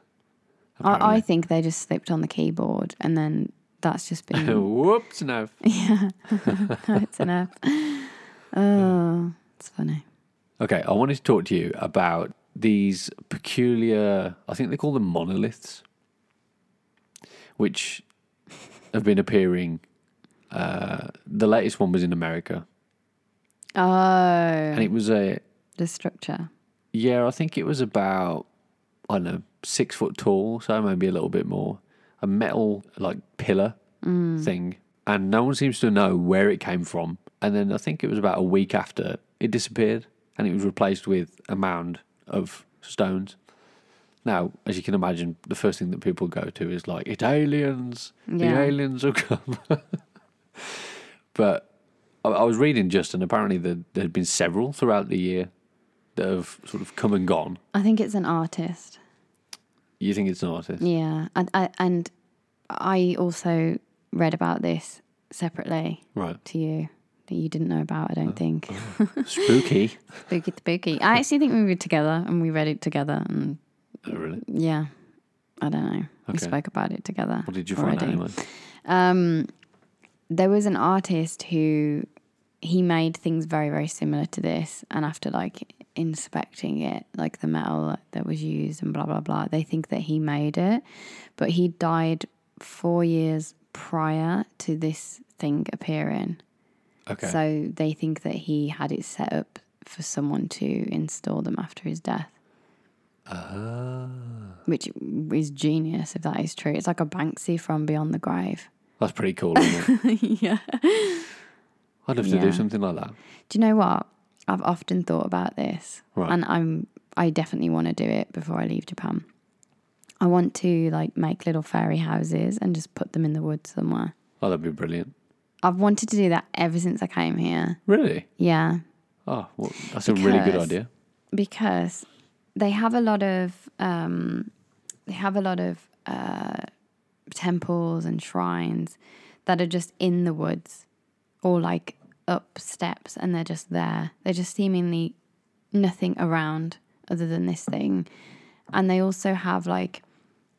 [SPEAKER 1] I, I think they just slipped on the keyboard and then that's just
[SPEAKER 2] Apparently.
[SPEAKER 1] been
[SPEAKER 2] Whoops, no.
[SPEAKER 1] it's an app. Oh, it's funny.
[SPEAKER 2] Okay, I wanted to talk to you about these peculiar, I think they call them monoliths, which have been appearing. Uh, the latest one was in America,
[SPEAKER 1] Oh,
[SPEAKER 2] and it was a,
[SPEAKER 1] the structure.
[SPEAKER 2] yeah, I think it was about, I don't know, six foot tall, so maybe a little bit more, a metal like pillar thing. And no one seems to know where it came from. And then I think it was about a week after it disappeared and it was replaced with a mound of stones. Now, as you can imagine, the first thing that people go to is like, it's aliens. The
[SPEAKER 1] Yeah.
[SPEAKER 2] aliens have come. but I, I was reading Justin. Apparently, there there had been several throughout the year that have sort of come and gone.
[SPEAKER 1] I think it's an artist.
[SPEAKER 2] You think it's an artist?
[SPEAKER 1] Yeah, and I, and I also read about this separately
[SPEAKER 2] Right.
[SPEAKER 1] to you that you didn't know about. I don't
[SPEAKER 2] Oh.
[SPEAKER 1] think.
[SPEAKER 2] Spooky.
[SPEAKER 1] Spooky, spooky. I actually think we were together and we read it together, and
[SPEAKER 2] oh, really?
[SPEAKER 1] yeah, I don't know. We
[SPEAKER 2] Okay.
[SPEAKER 1] spoke about it together.
[SPEAKER 2] What did you find out
[SPEAKER 1] already.
[SPEAKER 2] anyway?
[SPEAKER 1] Um, there was an artist who he made things very, very similar to this, and after like inspecting it, like the metal that was used and blah blah blah, they think that he made it, but he died four years prior to this thing appearing.
[SPEAKER 2] Okay.
[SPEAKER 1] So they think that he had it set up for someone to install them after his death. Which is genius if that is true. It's like a Banksy from Beyond the Grave.
[SPEAKER 2] That's pretty cool, isn't it?
[SPEAKER 1] yeah.
[SPEAKER 2] I'd love to
[SPEAKER 1] Yeah.
[SPEAKER 2] do something like that.
[SPEAKER 1] Do you know what? I've often thought about this,
[SPEAKER 2] Right.
[SPEAKER 1] and I'm I definitely want to do it before I leave Japan. I want to like make little fairy houses and just put them in the woods somewhere.
[SPEAKER 2] Oh, that'd be brilliant.
[SPEAKER 1] I've wanted to do that ever since I came here.
[SPEAKER 2] Really?
[SPEAKER 1] Yeah,
[SPEAKER 2] Oh, well, that's a really good
[SPEAKER 1] Because-
[SPEAKER 2] idea.
[SPEAKER 1] because they have a lot of um, they have a lot of uh, temples and shrines that are just in the woods or like up steps and they're just there they're just seemingly nothing around other than this thing and they also have like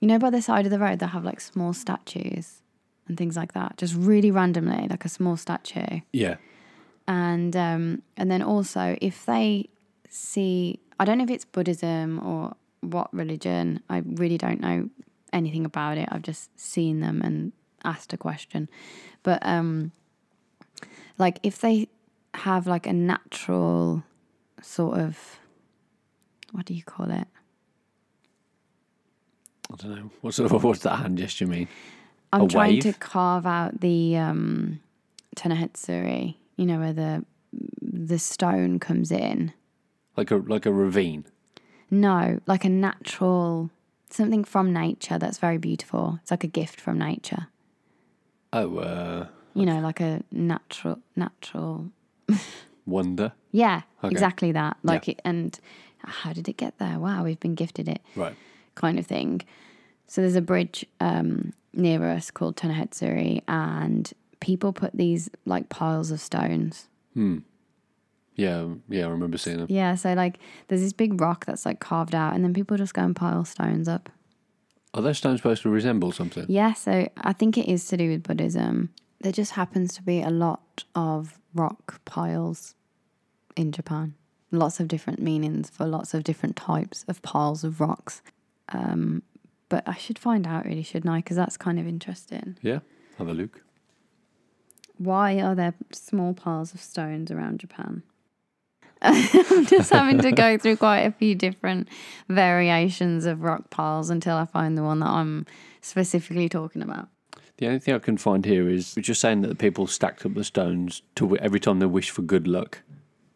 [SPEAKER 1] you know by the side of the road they have like small statues and things like that just really randomly like a small statue
[SPEAKER 2] Yeah.
[SPEAKER 1] and um, and then also if they see I don't know if it's Buddhism or what religion I really don't know anything about it I've just seen them and asked a question but um like if they have like a natural sort of what do you call it
[SPEAKER 2] I don't know. What's, what's that hand gesture mean?
[SPEAKER 1] I'm
[SPEAKER 2] A
[SPEAKER 1] trying to
[SPEAKER 2] wave?
[SPEAKER 1] carve out the um, Tennohetsuri you know where the the stone comes in
[SPEAKER 2] Like a like a ravine.
[SPEAKER 1] No, like a natural something from nature that's very beautiful. It's like a gift from nature.
[SPEAKER 2] Oh, uh,
[SPEAKER 1] You know, like a natural natural
[SPEAKER 2] wonder.
[SPEAKER 1] Yeah,
[SPEAKER 2] Okay.
[SPEAKER 1] exactly that. Like it, and how did it get there? Wow, we've been gifted it
[SPEAKER 2] Right.
[SPEAKER 1] kind of thing. So there's a bridge um, near us called Tonohetsuri and people put these like piles of stones
[SPEAKER 2] Yeah. um, Yeah. I remember seeing them.
[SPEAKER 1] yeah so like there's this big rock that's like carved out and then people just go and pile stones up
[SPEAKER 2] Are those stones supposed to resemble something?
[SPEAKER 1] Yeah, so I think it is to do with Buddhism. There just happens to be a lot of rock piles in Japan. Lots of different meanings for lots of different types of piles of rocks. Um, but I should find out really, shouldn't I? Because that's kind of interesting.
[SPEAKER 2] Yeah. Have a look.
[SPEAKER 1] Why are there small piles of stones around Japan? I'm just having to go through quite a few different variations of rock piles until I find the one that I'm specifically talking about.
[SPEAKER 2] The only thing I can find here is we're just saying that the people stacked up the stones to wi- every time they wish for good luck,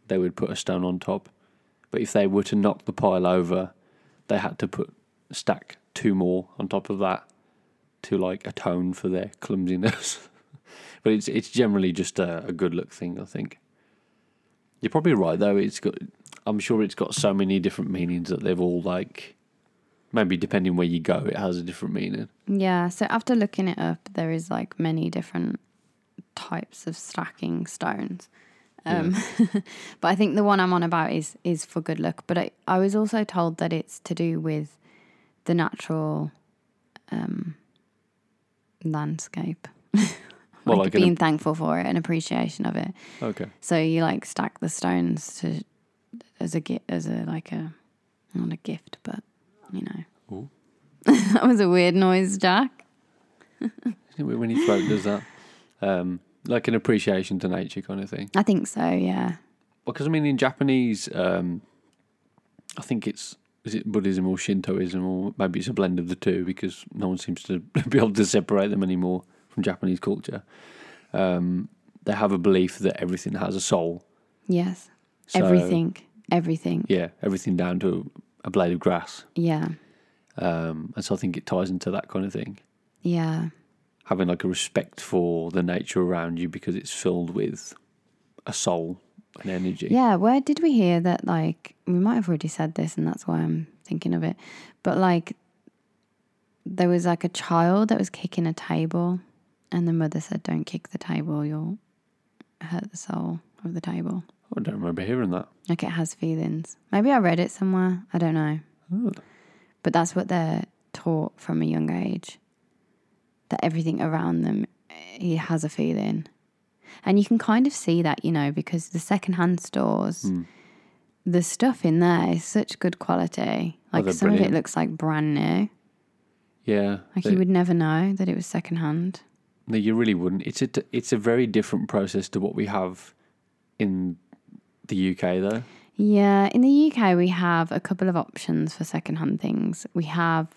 [SPEAKER 2] they would put a stone on top. But if they were to knock the pile over, they had to put stack two more on top of that to like atone for their clumsiness. but it's it's generally just a, a good luck thing, I think. You're probably right though. It's got I'm sure it's got so many different meanings that they've all like maybe depending where you go, it has a different meaning.
[SPEAKER 1] Yeah, so after looking it up, there is like many different types of stacking stones. Um, but I think the one I'm on about is is for good luck. But I, I was also told that it's to do with the natural um, landscape,
[SPEAKER 2] Well,
[SPEAKER 1] like,
[SPEAKER 2] like an-
[SPEAKER 1] being thankful for it and appreciation of it.
[SPEAKER 2] Okay.
[SPEAKER 1] So you like stack the stones to as a gi- as a like a not a gift, but you know.
[SPEAKER 2] Ooh.
[SPEAKER 1] that was a weird noise, Jack.
[SPEAKER 2] Isn't it when your throat does that? Um, like an appreciation to nature kind of thing.
[SPEAKER 1] I think so, yeah.
[SPEAKER 2] Because I mean, in Japanese, um, I think it's is it Buddhism or Shintoism or maybe it's a blend of the two because no one seems to be able to separate them anymore from Japanese culture. Um, they have a belief that everything has a soul.
[SPEAKER 1] Yes.
[SPEAKER 2] So-
[SPEAKER 1] everything. Everything.
[SPEAKER 2] Yeah, everything down to a blade of grass.
[SPEAKER 1] Yeah.
[SPEAKER 2] Um, and so I think it ties into that kind of thing.
[SPEAKER 1] Yeah.
[SPEAKER 2] Having like a respect for the nature around you because it's filled with a soul, an energy.
[SPEAKER 1] Yeah, where did we hear that? Like, we might have already said this, and that's why I'm thinking of it. But like, there was like a child that was kicking a table, and the mother said, "Don't kick the table; you'll hurt the soul of the table."
[SPEAKER 2] I don't remember hearing that.
[SPEAKER 1] Like, it has feelings. Maybe I read it somewhere. I don't know.
[SPEAKER 2] Oh.
[SPEAKER 1] But that's what they're taught from a young age. That everything around them, eh, has a feeling. And you can kind of see that, you know, because the secondhand stores,
[SPEAKER 2] Hmm.
[SPEAKER 1] the stuff in there is such good quality. Like
[SPEAKER 2] Oh, they're
[SPEAKER 1] some of
[SPEAKER 2] brilliant.
[SPEAKER 1] it looks like brand new.
[SPEAKER 2] Yeah,
[SPEAKER 1] Like
[SPEAKER 2] they-
[SPEAKER 1] you would never know that it was secondhand.
[SPEAKER 2] No, you really wouldn't. It's a it's a very different process to what we have in the UK, though.
[SPEAKER 1] Yeah, in the UK we have a couple of options for secondhand things. We have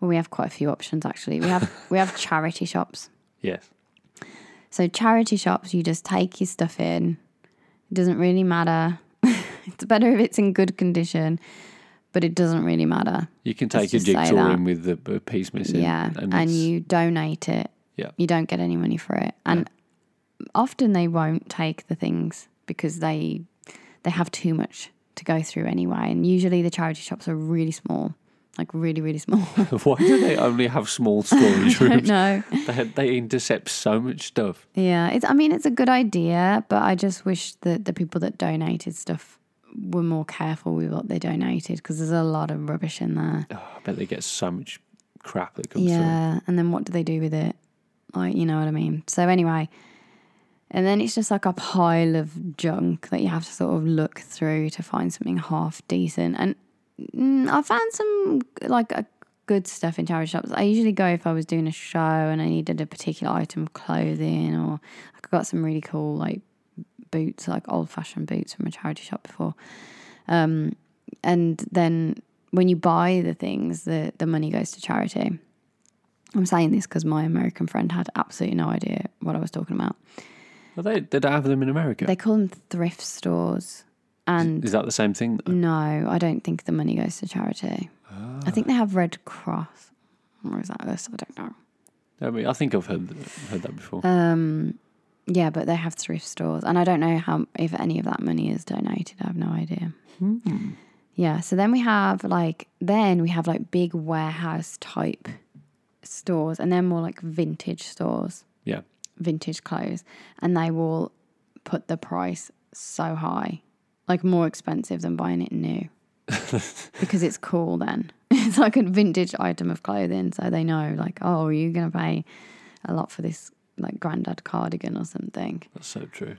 [SPEAKER 1] well, we have quite a few options actually. We have we have charity shops.
[SPEAKER 2] Yes.
[SPEAKER 1] So charity shops, you just take your stuff in. It doesn't really matter. it's better if it's in good condition, but it doesn't really matter.
[SPEAKER 2] You can
[SPEAKER 1] Let's
[SPEAKER 2] take your
[SPEAKER 1] just say
[SPEAKER 2] jigsaw
[SPEAKER 1] that.
[SPEAKER 2] in with the a piece missing.
[SPEAKER 1] Yeah, and,
[SPEAKER 2] it's-
[SPEAKER 1] you donate it.
[SPEAKER 2] Yeah.
[SPEAKER 1] You don't get any money for it, and often they won't take the things because they they have too much to go through anyway. And usually the charity shops are really small, like really really small.
[SPEAKER 2] Why do they only have small storage rooms?
[SPEAKER 1] no,
[SPEAKER 2] They, they intercept so much stuff.
[SPEAKER 1] yeah, it's. I mean, it's a good idea, but I just wish that the people that donated stuff were more careful with what they donated because there's a lot of rubbish in there.
[SPEAKER 2] Oh, I bet they get so much crap that comes through.
[SPEAKER 1] yeah and then what do they do with it like you know what i mean so anyway and then it's just like a pile of junk that you have to sort of look through to find something half decent and mm, i found some like a good stuff in charity shops i usually go if i was doing a show and i needed a particular item of clothing or i got some really cool like boots like old-fashioned boots from a charity shop before um, and then when you buy the things the, the money goes to charity I'm saying this because my American friend had absolutely no idea what I was talking about.
[SPEAKER 2] Well, they, they don't have them in America.
[SPEAKER 1] They call them thrift stores. And
[SPEAKER 2] Is that the same thing?
[SPEAKER 1] no, I don't think the money goes to charity. I think they have Red Cross. Or is that us? I don't know.
[SPEAKER 2] I mean, I think I've heard heard that before.
[SPEAKER 1] Um, yeah, but they have thrift stores, and I don't know how if any of that money is donated. I have no idea. Yeah, so then we have like then we have like big warehouse type stores, and they're more like vintage stores.
[SPEAKER 2] yeah.
[SPEAKER 1] vintage clothes and they will put the price so high, like more expensive than buying it new because it's cool then. It's like a vintage item of clothing. So they know, like, oh, you're going to pay a lot for this, like, granddad cardigan or something.
[SPEAKER 2] That's so true.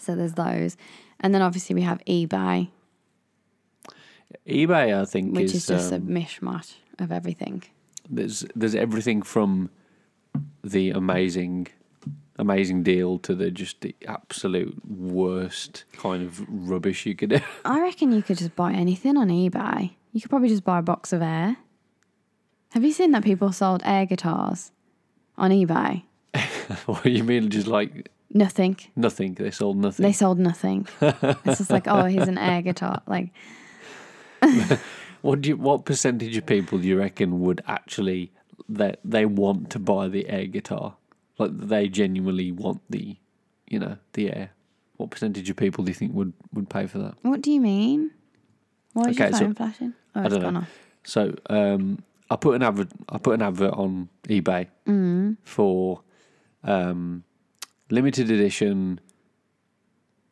[SPEAKER 1] So there's those. And then obviously we have eBay,
[SPEAKER 2] eBay, I think,
[SPEAKER 1] which is, just
[SPEAKER 2] um,
[SPEAKER 1] a mishmash of everything.
[SPEAKER 2] there's there's everything from the amazing amazing deal to the just the absolute worst kind of rubbish you could
[SPEAKER 1] I reckon you could just buy anything on eBay. You could probably just buy a box of air. Have you seen that people sold air guitars on eBay?
[SPEAKER 2] what you mean just like
[SPEAKER 1] Nothing.
[SPEAKER 2] nothing they sold nothing
[SPEAKER 1] They sold nothing. it's just like, oh, here's an air guitar. Like,
[SPEAKER 2] what do you what percentage of people do you reckon would actually that they want to buy the air guitar like they genuinely want the you know the air what percentage of people do you think would would pay for that
[SPEAKER 1] what do you mean? Why is
[SPEAKER 2] Okay,
[SPEAKER 1] your
[SPEAKER 2] so-
[SPEAKER 1] phone flashing? Oh, it's
[SPEAKER 2] don't know.
[SPEAKER 1] gone off.
[SPEAKER 2] So um, I put an advert. I put an advert on eBay
[SPEAKER 1] Mm.
[SPEAKER 2] for um, limited edition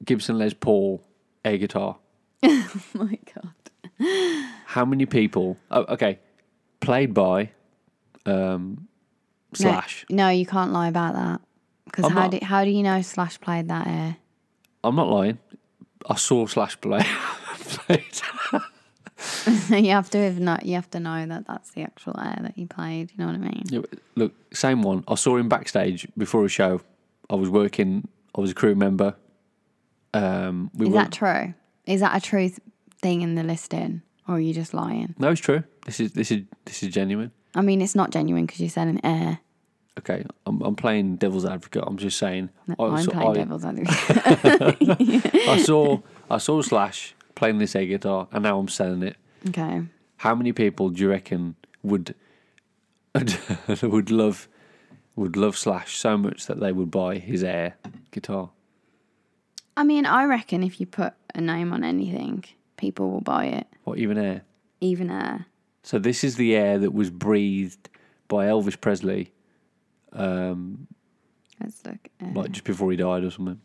[SPEAKER 2] Gibson Les Paul air guitar.
[SPEAKER 1] My God.
[SPEAKER 2] How many people? Oh, okay. Played by um, Slash.
[SPEAKER 1] No, no, you can't lie about that. Because
[SPEAKER 2] I'm
[SPEAKER 1] how
[SPEAKER 2] not-
[SPEAKER 1] do, how do you know Slash played that air?
[SPEAKER 2] I'm not lying. I saw Slash play. played.
[SPEAKER 1] you have to have not, you have to know that that's the actual air that he played. You know what I mean?
[SPEAKER 2] Yeah, but Look, same one. I saw him backstage before a show. I was working. I was a crew member. Um, we
[SPEAKER 1] Is
[SPEAKER 2] were,
[SPEAKER 1] that true? Is that a truth thing in the listing, or are you just lying?
[SPEAKER 2] No, it's true. This is this is this is genuine.
[SPEAKER 1] I mean, it's not genuine because you're selling air.
[SPEAKER 2] Okay, I'm, I'm playing devil's advocate. I'm just saying.
[SPEAKER 1] I'm
[SPEAKER 2] saw,
[SPEAKER 1] playing
[SPEAKER 2] Oh, I,
[SPEAKER 1] devil's advocate.
[SPEAKER 2] I saw I saw Slash playing this air guitar, and now I'm selling it.
[SPEAKER 1] okay.
[SPEAKER 2] How many people do you reckon would would love would love Slash so much that they would buy his air guitar?
[SPEAKER 1] I mean, I reckon if you put a name on anything, people will buy it,
[SPEAKER 2] What even air?
[SPEAKER 1] even air.
[SPEAKER 2] So this is the air that was breathed by Elvis Presley, um,
[SPEAKER 1] Let's look. At
[SPEAKER 2] like just before he died or something.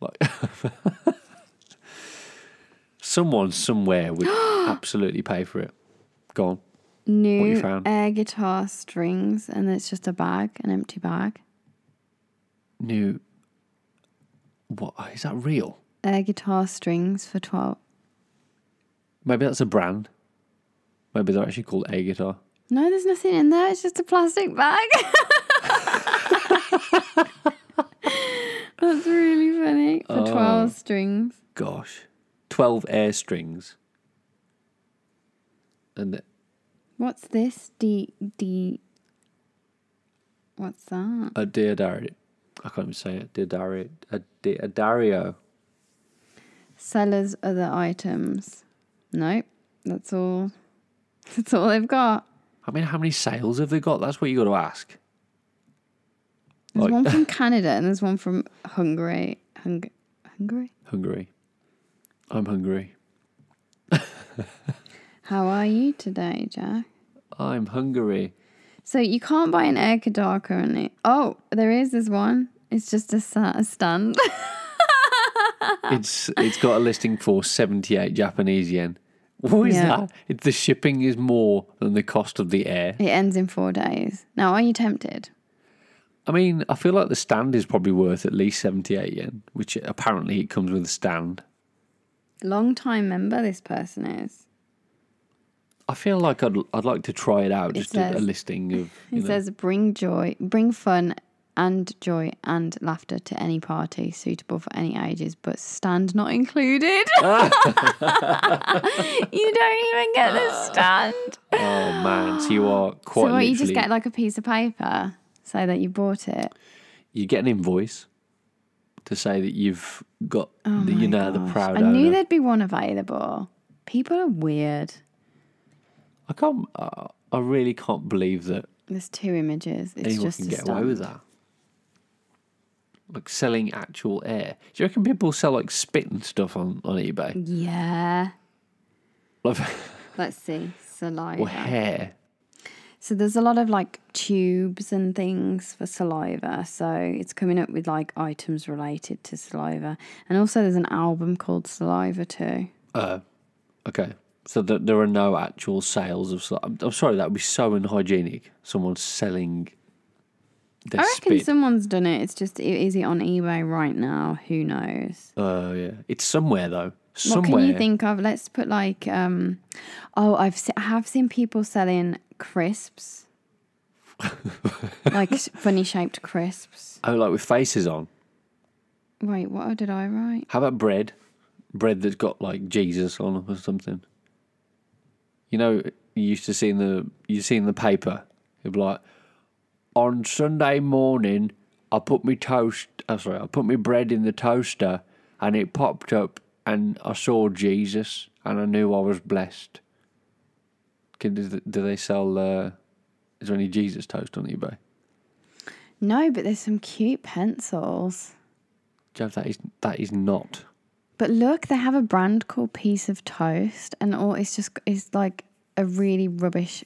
[SPEAKER 2] Like someone somewhere would absolutely pay for it. Go on.
[SPEAKER 1] new
[SPEAKER 2] found?
[SPEAKER 1] air guitar strings, and it's just a bag, an empty bag.
[SPEAKER 2] New. What is that real?
[SPEAKER 1] Air guitar strings for twelve.
[SPEAKER 2] Maybe that's a brand. Maybe they're actually called air guitar.
[SPEAKER 1] No, there's nothing in there. It's just a plastic bag. That's really funny. For 12 strings.
[SPEAKER 2] Gosh, twelve air strings. And
[SPEAKER 1] What's this? D. D. What's that?
[SPEAKER 2] a dear Dario, I can't even say it. Dear Dario, a, dear, a Dario.
[SPEAKER 1] Seller's other items. Nope. That's all. That's all they've got.
[SPEAKER 2] I mean, how many sales have they got? That's what you got to ask.
[SPEAKER 1] There's
[SPEAKER 2] Like-
[SPEAKER 1] one from Canada and there's one from Hungary. Hung- Hungary?
[SPEAKER 2] Hungry. I'm hungry.
[SPEAKER 1] How are you today, Jack?
[SPEAKER 2] I'm hungry.
[SPEAKER 1] So you can't buy an air guitar currently. Oh, there is this one. It's just a, sa- a stand.
[SPEAKER 2] It's it's got a listing for seventy eight Japanese yen. What is
[SPEAKER 1] Yeah.
[SPEAKER 2] that? It's the shipping is more than the cost of the air.
[SPEAKER 1] it ends in four days. Now, are you tempted?
[SPEAKER 2] I mean, I feel like the stand is probably worth at least seventy eight yen, which apparently it comes with a stand.
[SPEAKER 1] Long time member, this person is.
[SPEAKER 2] I feel like I'd I'd like to try it out. Just a, a
[SPEAKER 1] says-
[SPEAKER 2] listing of
[SPEAKER 1] It
[SPEAKER 2] you know,
[SPEAKER 1] says, bring joy, bring fun and joy and laughter to any party suitable for any ages, but stand not included. you don't even get the stand.
[SPEAKER 2] oh man, so you are quite
[SPEAKER 1] So, what, you just
[SPEAKER 2] literally-
[SPEAKER 1] get like a piece of paper so that you bought it.
[SPEAKER 2] you get an invoice to say that you've got the, you know the
[SPEAKER 1] Oh Gosh,
[SPEAKER 2] proud
[SPEAKER 1] I
[SPEAKER 2] owner.
[SPEAKER 1] knew there'd be one available. People are weird.
[SPEAKER 2] I can't. I I really can't believe that
[SPEAKER 1] There's two images. It's
[SPEAKER 2] anyone
[SPEAKER 1] just
[SPEAKER 2] can
[SPEAKER 1] a
[SPEAKER 2] get away with
[SPEAKER 1] stand.
[SPEAKER 2] that. Like selling actual air. Do you reckon people sell like spit and stuff on on eBay?
[SPEAKER 1] Yeah.
[SPEAKER 2] Like,
[SPEAKER 1] Let's see. Saliva.
[SPEAKER 2] or hair?
[SPEAKER 1] So there's a lot of like tubes and things for saliva. So it's coming up with like items related to saliva. And also there's an album called Saliva too.
[SPEAKER 2] Okay, so th- there are no actual sales of. sli- I'm, I'm sorry, that would be so unhygienic. Someone selling their
[SPEAKER 1] I reckon
[SPEAKER 2] spit.
[SPEAKER 1] someone's done it. It's just i- is it on eBay right now? Who knows?
[SPEAKER 2] Oh yeah, it's somewhere though.
[SPEAKER 1] What
[SPEAKER 2] Somewhere.
[SPEAKER 1] can you think of? Let's put like um oh I've se- I have seen people selling crisps. like funny shaped crisps.
[SPEAKER 2] Oh, like with faces on.
[SPEAKER 1] Wait, what did I write?
[SPEAKER 2] How about bread? Bread that's got like Jesus on it or something. You know, you used to see in the you see in the paper. It'd be like, on Sunday morning, I put my toast. Oh, sorry, I put my bread in the toaster, and it popped up, and I saw Jesus, and I knew I was blessed. Can, do, th- do they sell? Uh, is there any Jesus toast on eBay?
[SPEAKER 1] No, but there's some cute pencils.
[SPEAKER 2] Joe, that is that is not.
[SPEAKER 1] But look, they have a brand called Piece of Toast, and all it's just it's like a really rubbish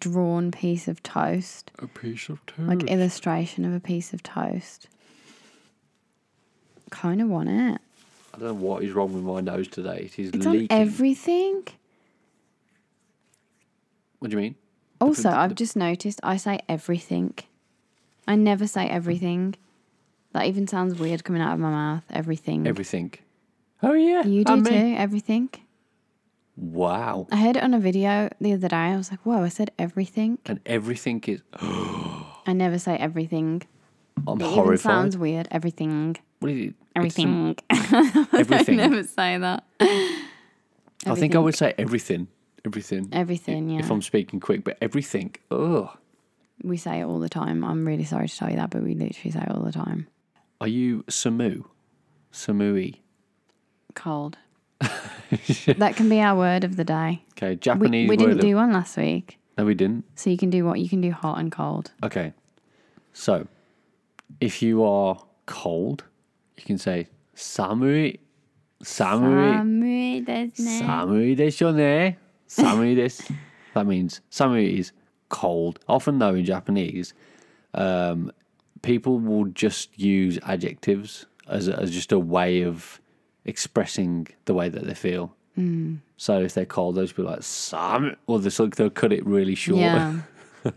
[SPEAKER 1] drawn piece of toast,
[SPEAKER 2] A piece of toast.
[SPEAKER 1] like illustration of a piece of toast. Kind of want it.
[SPEAKER 2] I don't know what is wrong with my nose today. It is
[SPEAKER 1] It's
[SPEAKER 2] leaking.
[SPEAKER 1] on everything.
[SPEAKER 2] what do you mean?
[SPEAKER 1] Also, I've just noticed I say everything. I never say everything. That even sounds weird coming out of my mouth. Everything.
[SPEAKER 2] Everything. Oh yeah,
[SPEAKER 1] you do
[SPEAKER 2] and me.
[SPEAKER 1] too. Everything.
[SPEAKER 2] Wow,
[SPEAKER 1] I heard it on a video the other day. I was like, "Whoa!" I said everything.
[SPEAKER 2] and everything is.
[SPEAKER 1] I never say everything.
[SPEAKER 2] I'm
[SPEAKER 1] It even
[SPEAKER 2] horrified.
[SPEAKER 1] sounds weird. Everything.
[SPEAKER 2] what is it? It's some-
[SPEAKER 1] Everything. I
[SPEAKER 2] everything.
[SPEAKER 1] never say that.
[SPEAKER 2] I think I would say everything. Everything.
[SPEAKER 1] Everything, yeah.
[SPEAKER 2] If I'm speaking quick, but everything. Ugh.
[SPEAKER 1] We say it all the time. I'm really sorry to tell you that, but we literally say it all the time.
[SPEAKER 2] Are you Samu? Samui.
[SPEAKER 1] Cold. that can be our word of the day.
[SPEAKER 2] Okay,
[SPEAKER 1] We,
[SPEAKER 2] Japanese
[SPEAKER 1] we
[SPEAKER 2] word.
[SPEAKER 1] didn't
[SPEAKER 2] of-
[SPEAKER 1] do one last week.
[SPEAKER 2] no, we didn't.
[SPEAKER 1] So you can do what? You can do hot and cold.
[SPEAKER 2] Okay, so if you are cold, you can say 寒い
[SPEAKER 1] Ah,
[SPEAKER 2] 寒
[SPEAKER 1] Samui
[SPEAKER 2] い
[SPEAKER 1] desu ne.
[SPEAKER 2] 寒いですよね寒いです That means 寒い is cold. Often though in Japanese, um, people will just use adjectives as, a, as just a way of expressing the way that they feel. So if they're cold, they'll just be like "sam," or they'll, sort of- they'll cut it really short.
[SPEAKER 1] Yeah.
[SPEAKER 2] but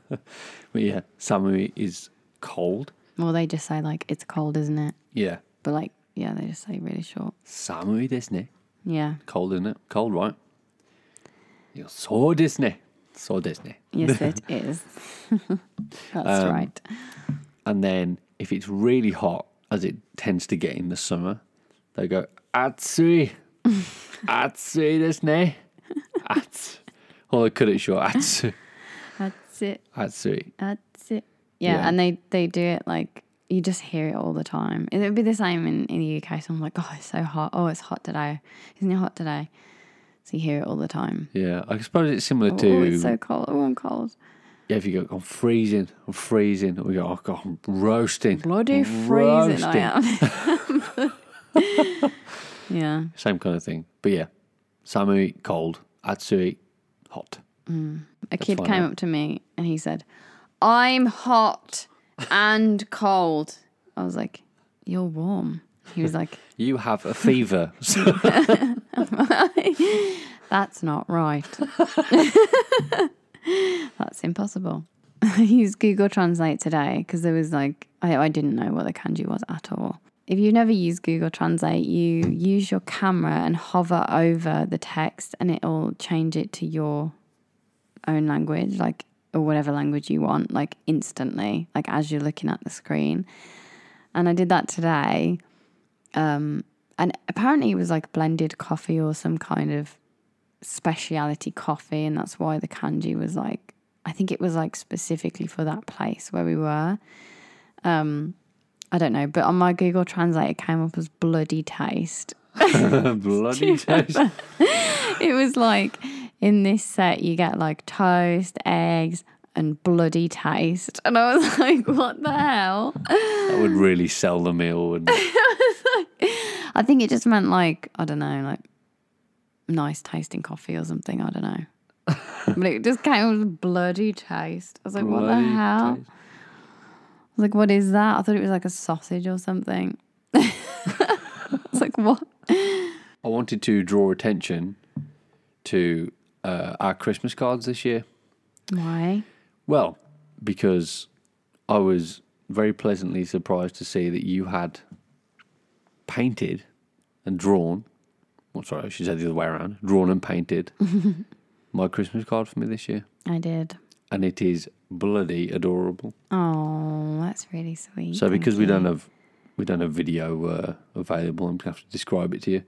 [SPEAKER 2] yeah, "samui" is cold.
[SPEAKER 1] Well, they just say like it's cold, isn't it?
[SPEAKER 2] Yeah,
[SPEAKER 1] But like, yeah, they just say really short.
[SPEAKER 2] "samui" isn't it?
[SPEAKER 1] Yeah.
[SPEAKER 2] Cold, isn't it? Cold, right? You're so Disney, so Disney.
[SPEAKER 1] Yes, it is. That's right.
[SPEAKER 2] And then if it's really hot, as it tends to get in the summer, they go atsui, atsui Disney, ats. Or they cut it short, atsu,
[SPEAKER 1] That's it.
[SPEAKER 2] atsui.
[SPEAKER 1] That's it. Yeah,
[SPEAKER 2] Yeah.
[SPEAKER 1] and they they do it like you just hear it all the time. It would be the same in, in the UK. Someone's like, oh, it's so hot. Oh, it's hot today. Isn't it hot today? So you hear it all the time.
[SPEAKER 2] Yeah, I suppose it's similar to
[SPEAKER 1] Oh, it's so cold. Oh, I'm cold.
[SPEAKER 2] yeah, if you go, I'm freezing, I'm freezing, or you go, oh god, I'm roasting,
[SPEAKER 1] Bloody freezing I am. yeah.
[SPEAKER 2] Same kind of thing, but yeah, samui cold, atsui hot.
[SPEAKER 1] A kid
[SPEAKER 2] fine,
[SPEAKER 1] came
[SPEAKER 2] yeah.
[SPEAKER 1] up to me and he said, I'm hot and cold. I was like, You're warm. He was like,
[SPEAKER 2] You have a fever.
[SPEAKER 1] That's not right. That's impossible. I used Google Translate today because there was like, I, I didn't know what the kanji was at all. If you've never used Google Translate, you use your camera and hover over the text and it'll change it to your own language, like, or whatever language you want, like instantly, like as you're looking at the screen. And I did that today. Um, and apparently it was like blended coffee or some kind of speciality coffee and that's why the kanji was like I think it was like specifically for that place where we were. Um I don't know, but on my Google Translate it came up as bloody taste.
[SPEAKER 2] Bloody taste.
[SPEAKER 1] It was like in this set you get like toast, eggs and bloody taste. And I was like, what the hell?
[SPEAKER 2] That would really sell the meal, wouldn't it?
[SPEAKER 1] I think it just meant like I don't know, like nice tasting coffee or something. I don't know, but it just came with bloody taste. I was like, what the
[SPEAKER 2] Bloody
[SPEAKER 1] hell?
[SPEAKER 2] taste.
[SPEAKER 1] I was like, what is that? I thought it was like a sausage or something. It's like what?
[SPEAKER 2] I wanted to draw attention to uh, our Christmas cards this year.
[SPEAKER 1] Why?
[SPEAKER 2] Well, because I was very pleasantly surprised to see that you had painted and drawn. Well, sorry, I should say the other way around. Drawn and painted my Christmas card for me this year,
[SPEAKER 1] I did.
[SPEAKER 2] and it is bloody adorable.
[SPEAKER 1] Oh, that's really sweet.
[SPEAKER 2] So because
[SPEAKER 1] Thank
[SPEAKER 2] we
[SPEAKER 1] you.
[SPEAKER 2] don't have we don't have video uh, available, I'm gonna have to describe it to you.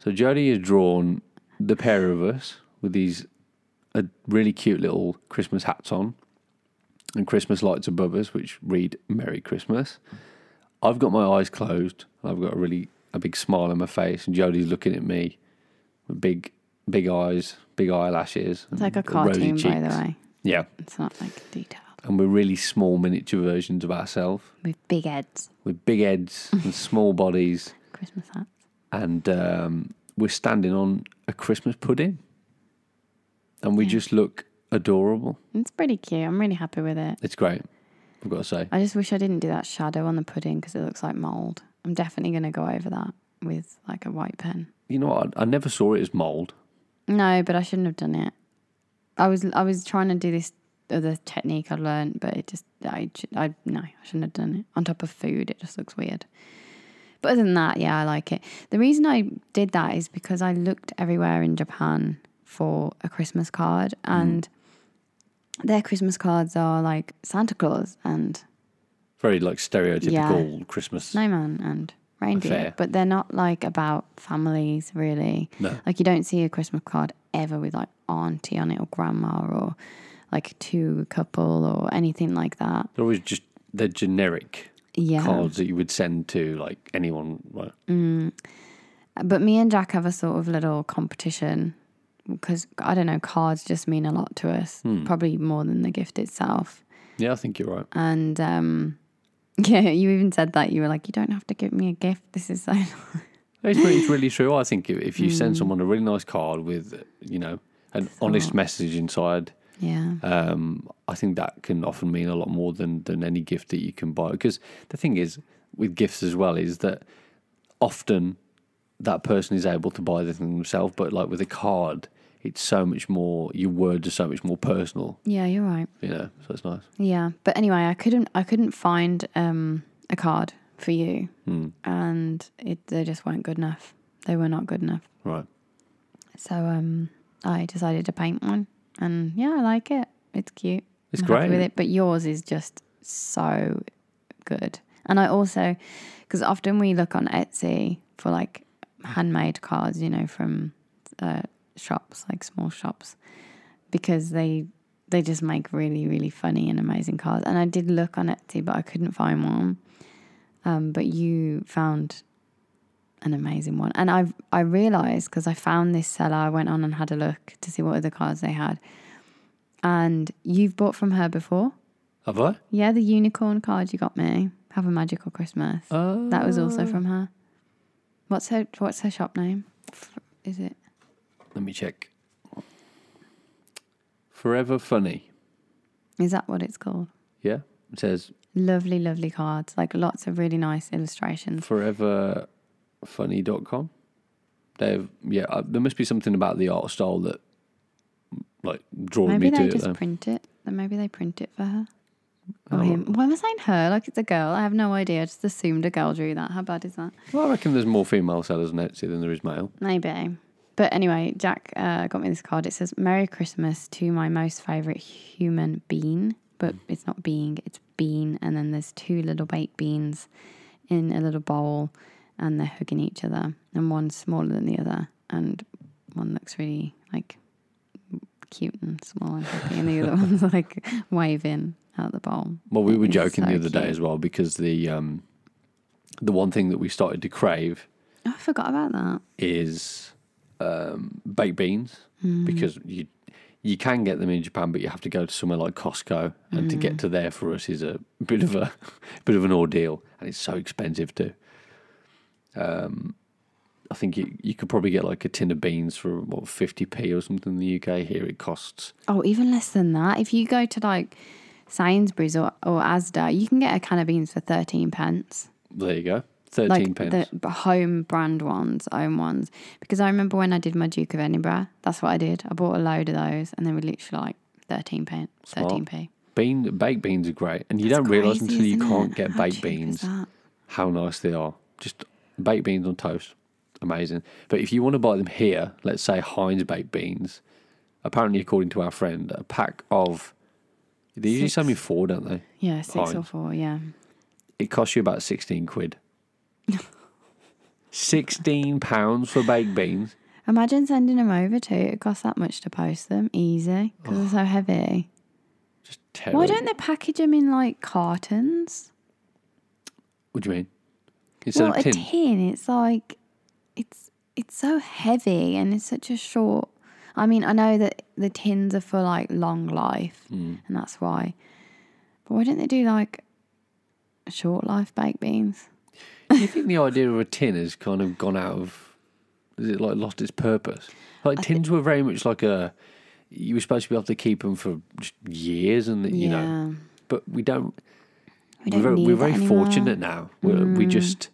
[SPEAKER 2] so Jodie has drawn the pair of us with these uh, really cute little Christmas hats on and Christmas lights above us, which read "Merry Christmas." I've got my eyes closed. and I've got a really a big smile on my face, and Jodie's looking at me with big big eyes, big eyelashes.
[SPEAKER 1] it's like a
[SPEAKER 2] rosy
[SPEAKER 1] cartoon, by the
[SPEAKER 2] cheeks.
[SPEAKER 1] way.
[SPEAKER 2] Yeah,
[SPEAKER 1] It's not like detailed
[SPEAKER 2] and we're really small miniature versions of ourselves
[SPEAKER 1] with big heads,
[SPEAKER 2] with big heads and small bodies,
[SPEAKER 1] Christmas hats.
[SPEAKER 2] and um, we're standing on a Christmas pudding, and we just look adorable.
[SPEAKER 1] It's pretty cute. I'm really happy with it.
[SPEAKER 2] It's great. I've got to say,
[SPEAKER 1] I just wish I didn't do that shadow on the pudding because it looks like mold. I'm definitely going to go over that with like a white pen.
[SPEAKER 2] you know what? I, I never saw it as mold.
[SPEAKER 1] No, but I shouldn't have done it. I was I was trying to do this other technique I learned, but it just I j- I no I shouldn't have done it on top of food. It just looks weird. But other than that, yeah, I like it. The reason I did that is because I looked everywhere in Japan for a Christmas card, and their Christmas cards are like Santa Claus and
[SPEAKER 2] Very like stereotypical Christmas.
[SPEAKER 1] snowman and reindeer,
[SPEAKER 2] Fair.
[SPEAKER 1] but they're not like about families really.
[SPEAKER 2] No.
[SPEAKER 1] Like you don't see a Christmas card ever with like auntie on it or grandma or like two couple or anything like that.
[SPEAKER 2] They're always just they're generic
[SPEAKER 1] Yeah.
[SPEAKER 2] cards that you would send to like anyone. Like,
[SPEAKER 1] But me and Jack have a sort of little competition because I don't know, cards just mean a lot
[SPEAKER 2] Hmm.
[SPEAKER 1] to us, probably more than the gift itself.
[SPEAKER 2] Yeah, I think you're right.
[SPEAKER 1] And um, Yeah, you even said that. You were like, you don't have to give me a gift. This is so nice.
[SPEAKER 2] It's really, it's really true. I think if, if you send someone a really nice card with, you know, an honest
[SPEAKER 1] Thought.
[SPEAKER 2] message inside,
[SPEAKER 1] Yeah.
[SPEAKER 2] um, I think that can often mean a lot more than than any gift that you can buy. Because the thing is with gifts as well is that often that person is able to buy the thing themselves, but like with a card, it's so much more. Your words are so much more personal,
[SPEAKER 1] Yeah, you're right.
[SPEAKER 2] you know. So it's nice.
[SPEAKER 1] Yeah. But anyway, I couldn't I couldn't find um a card for you.
[SPEAKER 2] Mm,
[SPEAKER 1] And it they just weren't good enough. They were not good enough.
[SPEAKER 2] right.
[SPEAKER 1] So um I decided to paint one and yeah, I like it. It's cute.
[SPEAKER 2] It's
[SPEAKER 1] I'm happy
[SPEAKER 2] great.
[SPEAKER 1] with it. But yours is just so good. And I also because often we look on Etsy for like handmade cards, you know, from uh, shops, like small shops, because they they just make really, really funny and amazing cards. And I did look on Etsy, but I couldn't find one. Um, but you found an amazing one, and I I realized because I found this seller, I went on and had a look to see what other cards they had, and you've bought from her before.
[SPEAKER 2] Have I?
[SPEAKER 1] Yeah, the unicorn card you got me. Have a magical Christmas. That was
[SPEAKER 2] Oh.
[SPEAKER 1] also from her. What's her What's her shop name? F- Is it?
[SPEAKER 2] Let me check. Forever funny.
[SPEAKER 1] Is that what it's called?
[SPEAKER 2] Yeah. It says
[SPEAKER 1] Lovely, lovely cards. Like lots of really nice illustrations.
[SPEAKER 2] foreverfunny.com. They've yeah, uh, there must be something about the art style that like draws
[SPEAKER 1] Maybe
[SPEAKER 2] me to
[SPEAKER 1] they
[SPEAKER 2] it.
[SPEAKER 1] just
[SPEAKER 2] though.
[SPEAKER 1] print it. Then maybe they print it for her or
[SPEAKER 2] Oh.
[SPEAKER 1] him. Why am I saying her? Like it's a girl. I have no idea. I just assumed a girl drew that. How bad is that?
[SPEAKER 2] Well, I reckon there's more female sellers on Etsy than there is male.
[SPEAKER 1] Maybe. But anyway, Jack uh, got me this card. It says, Merry Christmas to my most favourite human bean. But it's not being, it's bean. And then there's two little baked beans in a little bowl and they're hugging each other. And one's smaller than the other. And one looks really like cute and small and happy. And the other one's like waving out the bowl.
[SPEAKER 2] Well, we
[SPEAKER 1] It
[SPEAKER 2] were
[SPEAKER 1] is
[SPEAKER 2] joking
[SPEAKER 1] so
[SPEAKER 2] the other day
[SPEAKER 1] cute.
[SPEAKER 2] as well because the um the one thing that we started to crave
[SPEAKER 1] Oh, I forgot about that.
[SPEAKER 2] is um, baked beans
[SPEAKER 1] Mm.
[SPEAKER 2] because you you can get them in Japan, but you have to go to somewhere like Costco, and to
[SPEAKER 1] Mm.
[SPEAKER 2] get to there for us is a bit of a bit of an ordeal, and it's so expensive too. Um, I think you you could probably get like a tin of beans for what fifty p or something in the UK. Here it costs
[SPEAKER 1] Oh, even less than that. If you go to like Sainsbury's or, or Asda, you can get a can of beans for 13 pence.
[SPEAKER 2] there you go thirteen
[SPEAKER 1] Like
[SPEAKER 2] pence.
[SPEAKER 1] the b- home brand ones, own ones. Because I remember when I did my Duke of Edinburgh, that's what I did. I bought a load of those and they were literally like 13 pence, 13p.
[SPEAKER 2] Bean baked beans are great, and you don't realise until you can't get baked beans. how nice they are. Just baked beans on toast, amazing. But if you want to buy them here, let's say Heinz baked beans, apparently according to our friend, a pack of they usually sell me four, don't they?
[SPEAKER 1] Yeah, six or
[SPEAKER 2] Heinz.
[SPEAKER 1] four, yeah.
[SPEAKER 2] It costs you about sixteen quid. sixteen pounds for baked beans.
[SPEAKER 1] Imagine sending them over too. It costs that much to post them. Easy. Because they're so heavy.
[SPEAKER 2] Just terrible.
[SPEAKER 1] Why don't they package them in like cartons?
[SPEAKER 2] What do you mean? Instead
[SPEAKER 1] well,
[SPEAKER 2] of tin.
[SPEAKER 1] a tin, it's like it's it's so heavy and it's such a short. I mean, I know that the tins are for like long life,
[SPEAKER 2] Mm.
[SPEAKER 1] and that's why. But why don't they do like short life baked beans?
[SPEAKER 2] you think the idea of a tin has kind of gone out of is it like lost its purpose like tins were very much like a you were supposed to be able to keep them for just years and you
[SPEAKER 1] yeah,
[SPEAKER 2] know but we don't,
[SPEAKER 1] we don't
[SPEAKER 2] are very,
[SPEAKER 1] need
[SPEAKER 2] we're
[SPEAKER 1] that
[SPEAKER 2] very
[SPEAKER 1] anymore. Mm.
[SPEAKER 2] fortunate now we're, we just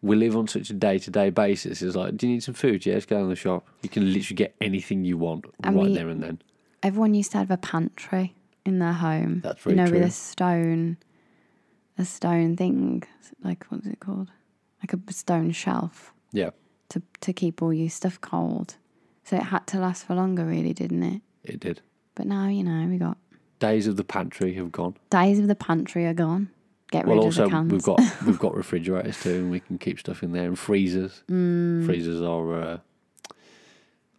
[SPEAKER 2] we live on such a day-to-day basis it's like do you need some food yeah let's go down the shop you can literally get anything you want
[SPEAKER 1] And
[SPEAKER 2] right
[SPEAKER 1] we-
[SPEAKER 2] there and then
[SPEAKER 1] Everyone used to have a pantry in their home.
[SPEAKER 2] That's
[SPEAKER 1] you
[SPEAKER 2] very
[SPEAKER 1] know,
[SPEAKER 2] true.
[SPEAKER 1] with a stone, a stone thing, like what's it called? Like a stone shelf.
[SPEAKER 2] yeah
[SPEAKER 1] to, to keep all your stuff cold. So it had to last for longer, really, didn't it?
[SPEAKER 2] it did
[SPEAKER 1] But now, you know, we got
[SPEAKER 2] days of the pantry have gone
[SPEAKER 1] days of the pantry are gone. Get
[SPEAKER 2] well
[SPEAKER 1] rid
[SPEAKER 2] also
[SPEAKER 1] of the cans.
[SPEAKER 2] we've got we've got refrigerators too and we can keep stuff in there and freezers
[SPEAKER 1] Mm.
[SPEAKER 2] freezers are uh,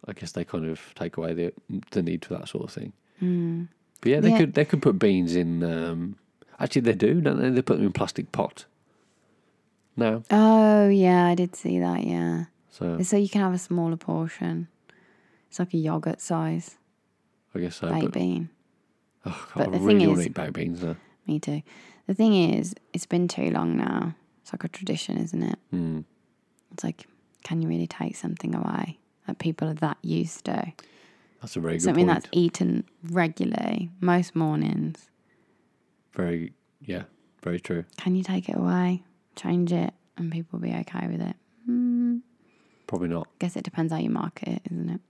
[SPEAKER 2] i guess they kind of take away the the need for that sort of thing but yeah they
[SPEAKER 1] Mm. Yeah.
[SPEAKER 2] could they could put beans in um actually they do don't they they put them in plastic pot no
[SPEAKER 1] oh, yeah, I did see that, yeah.
[SPEAKER 2] so
[SPEAKER 1] So you can have a smaller portion. It's like a yogurt size
[SPEAKER 2] i guess so
[SPEAKER 1] baked
[SPEAKER 2] but,
[SPEAKER 1] bean.
[SPEAKER 2] oh, God,
[SPEAKER 1] but
[SPEAKER 2] i
[SPEAKER 1] the thing
[SPEAKER 2] really want
[SPEAKER 1] is-
[SPEAKER 2] to eat baked beans though
[SPEAKER 1] Me too. The thing is, it's been too long now. It's like a tradition, isn't it?
[SPEAKER 2] Mm.
[SPEAKER 1] It's like, can you really take something away that people are that used to?
[SPEAKER 2] That's a very good
[SPEAKER 1] something
[SPEAKER 2] point.
[SPEAKER 1] that's eaten regularly most mornings.
[SPEAKER 2] Very, yeah, very true.
[SPEAKER 1] Can you take it away, change it, and people will be okay with it? Mm,
[SPEAKER 2] Probably not.
[SPEAKER 1] guess it depends how you market it, isn't it?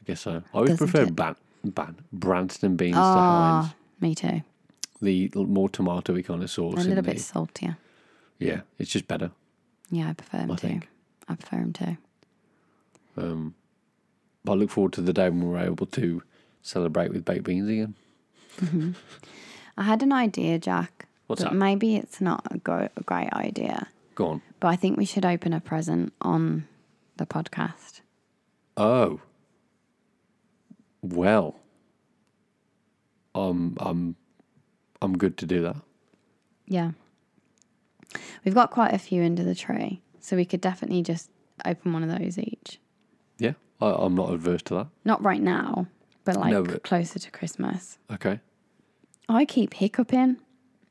[SPEAKER 2] I guess so. I always
[SPEAKER 1] Doesn't
[SPEAKER 2] prefer
[SPEAKER 1] it?
[SPEAKER 2] ban, ban, Branston beans to Heinz.
[SPEAKER 1] Ah, me too.
[SPEAKER 2] The l- more tomatoey kind of sauce.
[SPEAKER 1] a
[SPEAKER 2] in
[SPEAKER 1] little
[SPEAKER 2] the,
[SPEAKER 1] bit saltier.
[SPEAKER 2] Yeah, it's just better.
[SPEAKER 1] Yeah, I prefer them
[SPEAKER 2] I
[SPEAKER 1] too.
[SPEAKER 2] think.
[SPEAKER 1] I prefer them too.
[SPEAKER 2] Um, but I look forward to the day when we're able to celebrate with baked beans again.
[SPEAKER 1] I had an idea, Jack.
[SPEAKER 2] What's
[SPEAKER 1] but
[SPEAKER 2] that?
[SPEAKER 1] Maybe it's not a, go- a great idea,
[SPEAKER 2] Go on.
[SPEAKER 1] but I think we should open a present on the podcast.
[SPEAKER 2] Oh. Well. Um, I'm, I'm good to do that.
[SPEAKER 1] Yeah. We've got quite a few under the tree, so we could definitely just open one of those each.
[SPEAKER 2] Yeah, I, I'm not adverse to that.
[SPEAKER 1] Not right now, but like
[SPEAKER 2] No, but-
[SPEAKER 1] closer to Christmas.
[SPEAKER 2] Okay.
[SPEAKER 1] I keep hiccuping.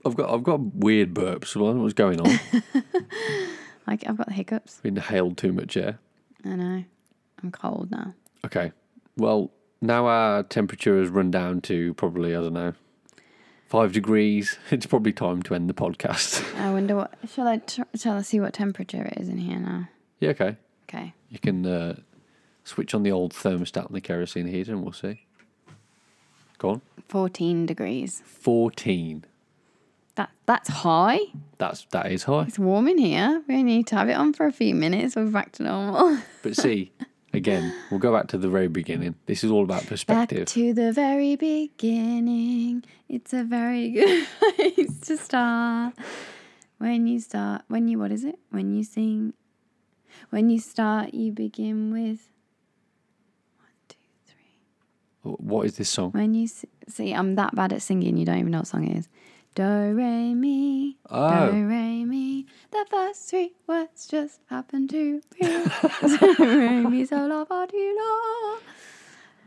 [SPEAKER 2] I've got I've got weird burps. I don't know what's going on.
[SPEAKER 1] Like I've got the hiccups.
[SPEAKER 2] Inhaled too much air.
[SPEAKER 1] I know. I'm cold now.
[SPEAKER 2] Okay. Well, now our temperature has run down to probably I don't know five degrees. It's probably time to end the podcast.
[SPEAKER 1] I wonder what. Shall I? Tr- shall I see what temperature it is in here now?
[SPEAKER 2] yeah. Okay.
[SPEAKER 1] Okay.
[SPEAKER 2] You can uh, switch on the old thermostat on the kerosene heater, and we'll see. Go on.
[SPEAKER 1] 14 degrees.
[SPEAKER 2] Fourteen.
[SPEAKER 1] That that's high.
[SPEAKER 2] That's that is high.
[SPEAKER 1] It's warm in here. We only need to have it on for a few minutes. We're back to normal.
[SPEAKER 2] But see, again, we'll go back to the very beginning. This is all about
[SPEAKER 1] Back
[SPEAKER 2] perspective.
[SPEAKER 1] to the very beginning. It's a very good place to start. When you start, when you what is it? When you sing, when you start, you begin with. One, two, three.
[SPEAKER 2] what is this song?
[SPEAKER 1] When you s- see, I'm that bad at singing. You don't even know what song it is. Do re mi.
[SPEAKER 2] Oh.
[SPEAKER 1] Do re mi. The first three words just happened to be. Do re mi sol la fa ti la.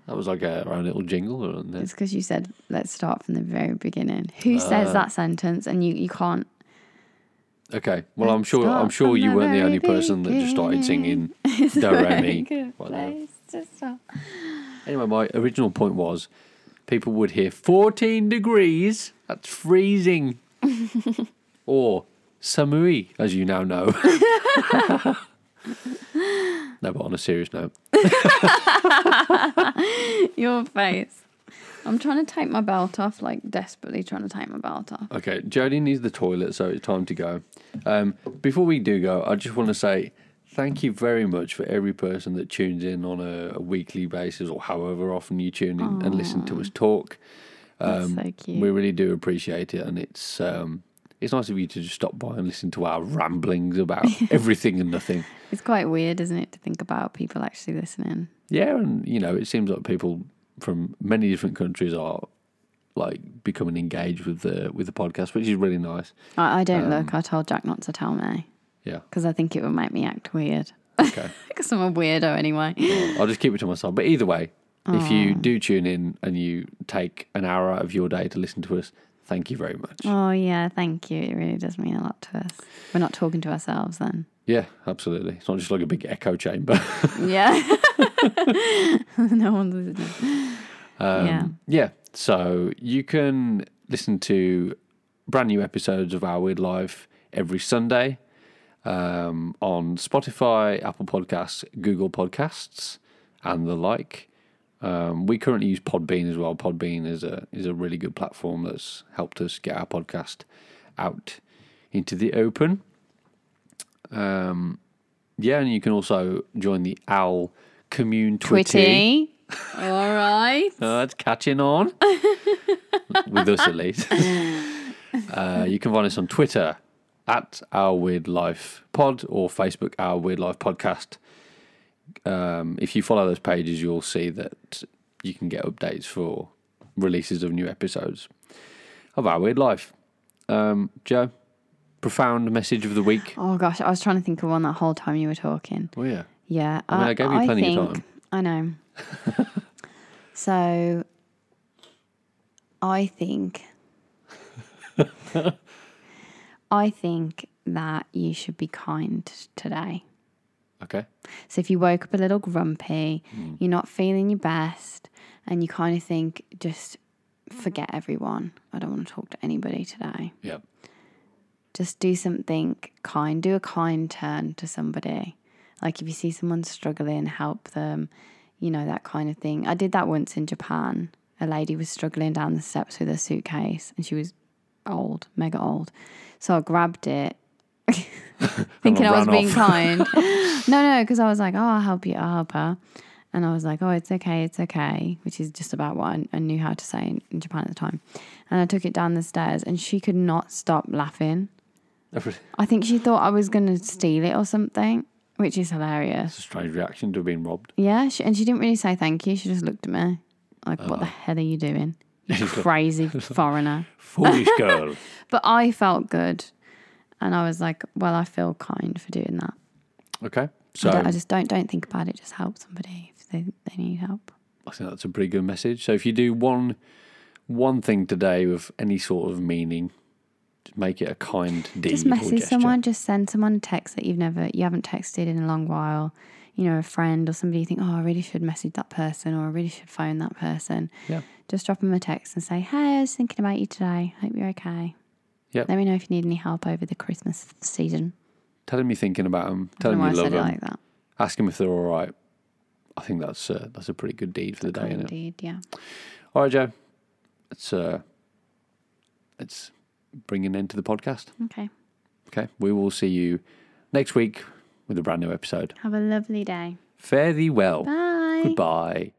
[SPEAKER 2] That was like a, our little jingle, wasn't it?
[SPEAKER 1] It's because you said, let's start from the very beginning. Who
[SPEAKER 2] Uh.
[SPEAKER 1] says that sentence and you, you can't?
[SPEAKER 2] Okay. Well, I'm
[SPEAKER 1] Let's
[SPEAKER 2] sure. I'm
[SPEAKER 1] start
[SPEAKER 2] sure
[SPEAKER 1] from
[SPEAKER 2] you
[SPEAKER 1] the
[SPEAKER 2] weren't the
[SPEAKER 1] very
[SPEAKER 2] only person that just started singing
[SPEAKER 1] It's
[SPEAKER 2] Do
[SPEAKER 1] a
[SPEAKER 2] Re
[SPEAKER 1] very
[SPEAKER 2] Mi.
[SPEAKER 1] good
[SPEAKER 2] What the-
[SPEAKER 1] place to start.
[SPEAKER 2] Anyway, my original point was, people would hear 14 degrees. That's freezing. or samui, as you now know. no, but on a serious note,
[SPEAKER 1] Your face. I'm trying to take my belt off, like desperately trying to take my belt off.
[SPEAKER 2] Okay, Jodie needs the toilet, so it's time to go. Um, before we do go, I just want to say thank you very much for every person that tunes in on a, a weekly basis or however often you tune in and listen to us talk.
[SPEAKER 1] That's so cute.
[SPEAKER 2] Um, We really do appreciate it, and it's um, it's nice of you to just stop by and listen to our ramblings about everything and nothing.
[SPEAKER 1] It's quite weird, isn't it, to think about people actually listening?
[SPEAKER 2] Yeah, and you know, it seems like people from many different countries are like becoming engaged with the with the podcast, which is really nice.
[SPEAKER 1] I, I don't look. I told Jack not to tell me
[SPEAKER 2] Yeah.
[SPEAKER 1] because I think it would make me act weird.
[SPEAKER 2] Okay.
[SPEAKER 1] Because I'm a weirdo anyway.
[SPEAKER 2] I'll just keep it to myself. But either way, if you do tune in and you take an hour out of your day to listen to us, thank you very much.
[SPEAKER 1] Oh, yeah, thank you. It really does mean a lot to us. We're not talking to ourselves then.
[SPEAKER 2] Yeah, absolutely. It's not just like a big echo chamber.
[SPEAKER 1] Yeah. no one's listening.
[SPEAKER 2] Um,
[SPEAKER 1] Yeah.
[SPEAKER 2] Yeah. So you can listen to brand new episodes of Our Weird Life every Sunday um, on Spotify, Apple Podcasts, Google Podcasts, and the like. Um, we currently use Podbean as well. Podbean is a is a really good platform that's helped us get our podcast out into the open. Um, yeah, and you can also join the Owl Commune Twitty.
[SPEAKER 1] Twitty. All right.
[SPEAKER 2] No, it's catching on. With us, at least. uh, you can find us on Twitter at Our Weird Life Pod or Facebook Our Weird Life Podcast. Um, if you follow those pages, you'll see that you can get updates for releases of new episodes of Our Weird Life. Um, Joe, profound message of the week.
[SPEAKER 1] Oh, gosh. I was trying to think of one that whole time you were talking.
[SPEAKER 2] Oh, yeah.
[SPEAKER 1] Yeah,
[SPEAKER 2] mean, I gave you plenty of time.
[SPEAKER 1] I know. so, I think I think that you should be kind today.
[SPEAKER 2] Okay.
[SPEAKER 1] So if you woke up a little grumpy,
[SPEAKER 2] Hmm.
[SPEAKER 1] you're not feeling your best, and you kind of think, just forget everyone. I don't want to talk to anybody today.
[SPEAKER 2] Yep.
[SPEAKER 1] Just do something kind. Do a kind turn to somebody. Like if you see someone struggling, help them, you know, that kind of thing. I did that once in Japan. A lady was struggling down the steps with her suitcase and she was old, mega old. So I grabbed it thinking I was
[SPEAKER 2] ran
[SPEAKER 1] being
[SPEAKER 2] off.
[SPEAKER 1] kind. no, no, because I was like, oh, I'll help you, I'll help her. And I was like, oh, it's okay, it's okay, which is just about what I, I knew how to say in, in Japan at the time. And I took it down the stairs and she could not stop laughing.
[SPEAKER 2] That's
[SPEAKER 1] I think she thought I was going to steal it or something, which is hilarious.
[SPEAKER 2] a strange reaction to being robbed.
[SPEAKER 1] Yeah, she, and she didn't really say thank you. She just looked at me like, what the
[SPEAKER 2] Oh.
[SPEAKER 1] hell are you doing? You crazy foreigner.
[SPEAKER 2] Foolish girl.
[SPEAKER 1] But I felt good. And I was like, well, I feel kind for doing that.
[SPEAKER 2] Okay.
[SPEAKER 1] I
[SPEAKER 2] So
[SPEAKER 1] don't- I just don't don't think about it. Just help somebody if they, they need help.
[SPEAKER 2] I think that's a pretty good message. So if you do one one thing today with any sort of meaning, just make it a kind deed
[SPEAKER 1] Just
[SPEAKER 2] or
[SPEAKER 1] message
[SPEAKER 2] gesture.
[SPEAKER 1] someone. Just send someone a text that you've never you haven't texted in a long while. You know, a friend or somebody you think, oh, I really should message that person or I really should phone that person.
[SPEAKER 2] Yeah.
[SPEAKER 1] Just drop them a text and say, hey, I was thinking about you today. Hope you're okay.
[SPEAKER 2] Yep.
[SPEAKER 1] Let me know if you need any help over the Christmas season.
[SPEAKER 2] Tell them you're thinking about them.
[SPEAKER 1] I
[SPEAKER 2] Tell
[SPEAKER 1] don't
[SPEAKER 2] them
[SPEAKER 1] know why I
[SPEAKER 2] you love
[SPEAKER 1] said it
[SPEAKER 2] them.
[SPEAKER 1] like that.
[SPEAKER 2] Ask them if they're all right. I think that's uh, that's a pretty good deed for the day, isn't it?
[SPEAKER 1] Indeed, yeah.
[SPEAKER 2] All right, Joe. Let's uh, let's bring an end to the podcast.
[SPEAKER 1] Okay.
[SPEAKER 2] Okay, we will see you next week with a brand new episode.
[SPEAKER 1] Have a lovely day.
[SPEAKER 2] Fare thee well.
[SPEAKER 1] Bye.
[SPEAKER 2] Goodbye.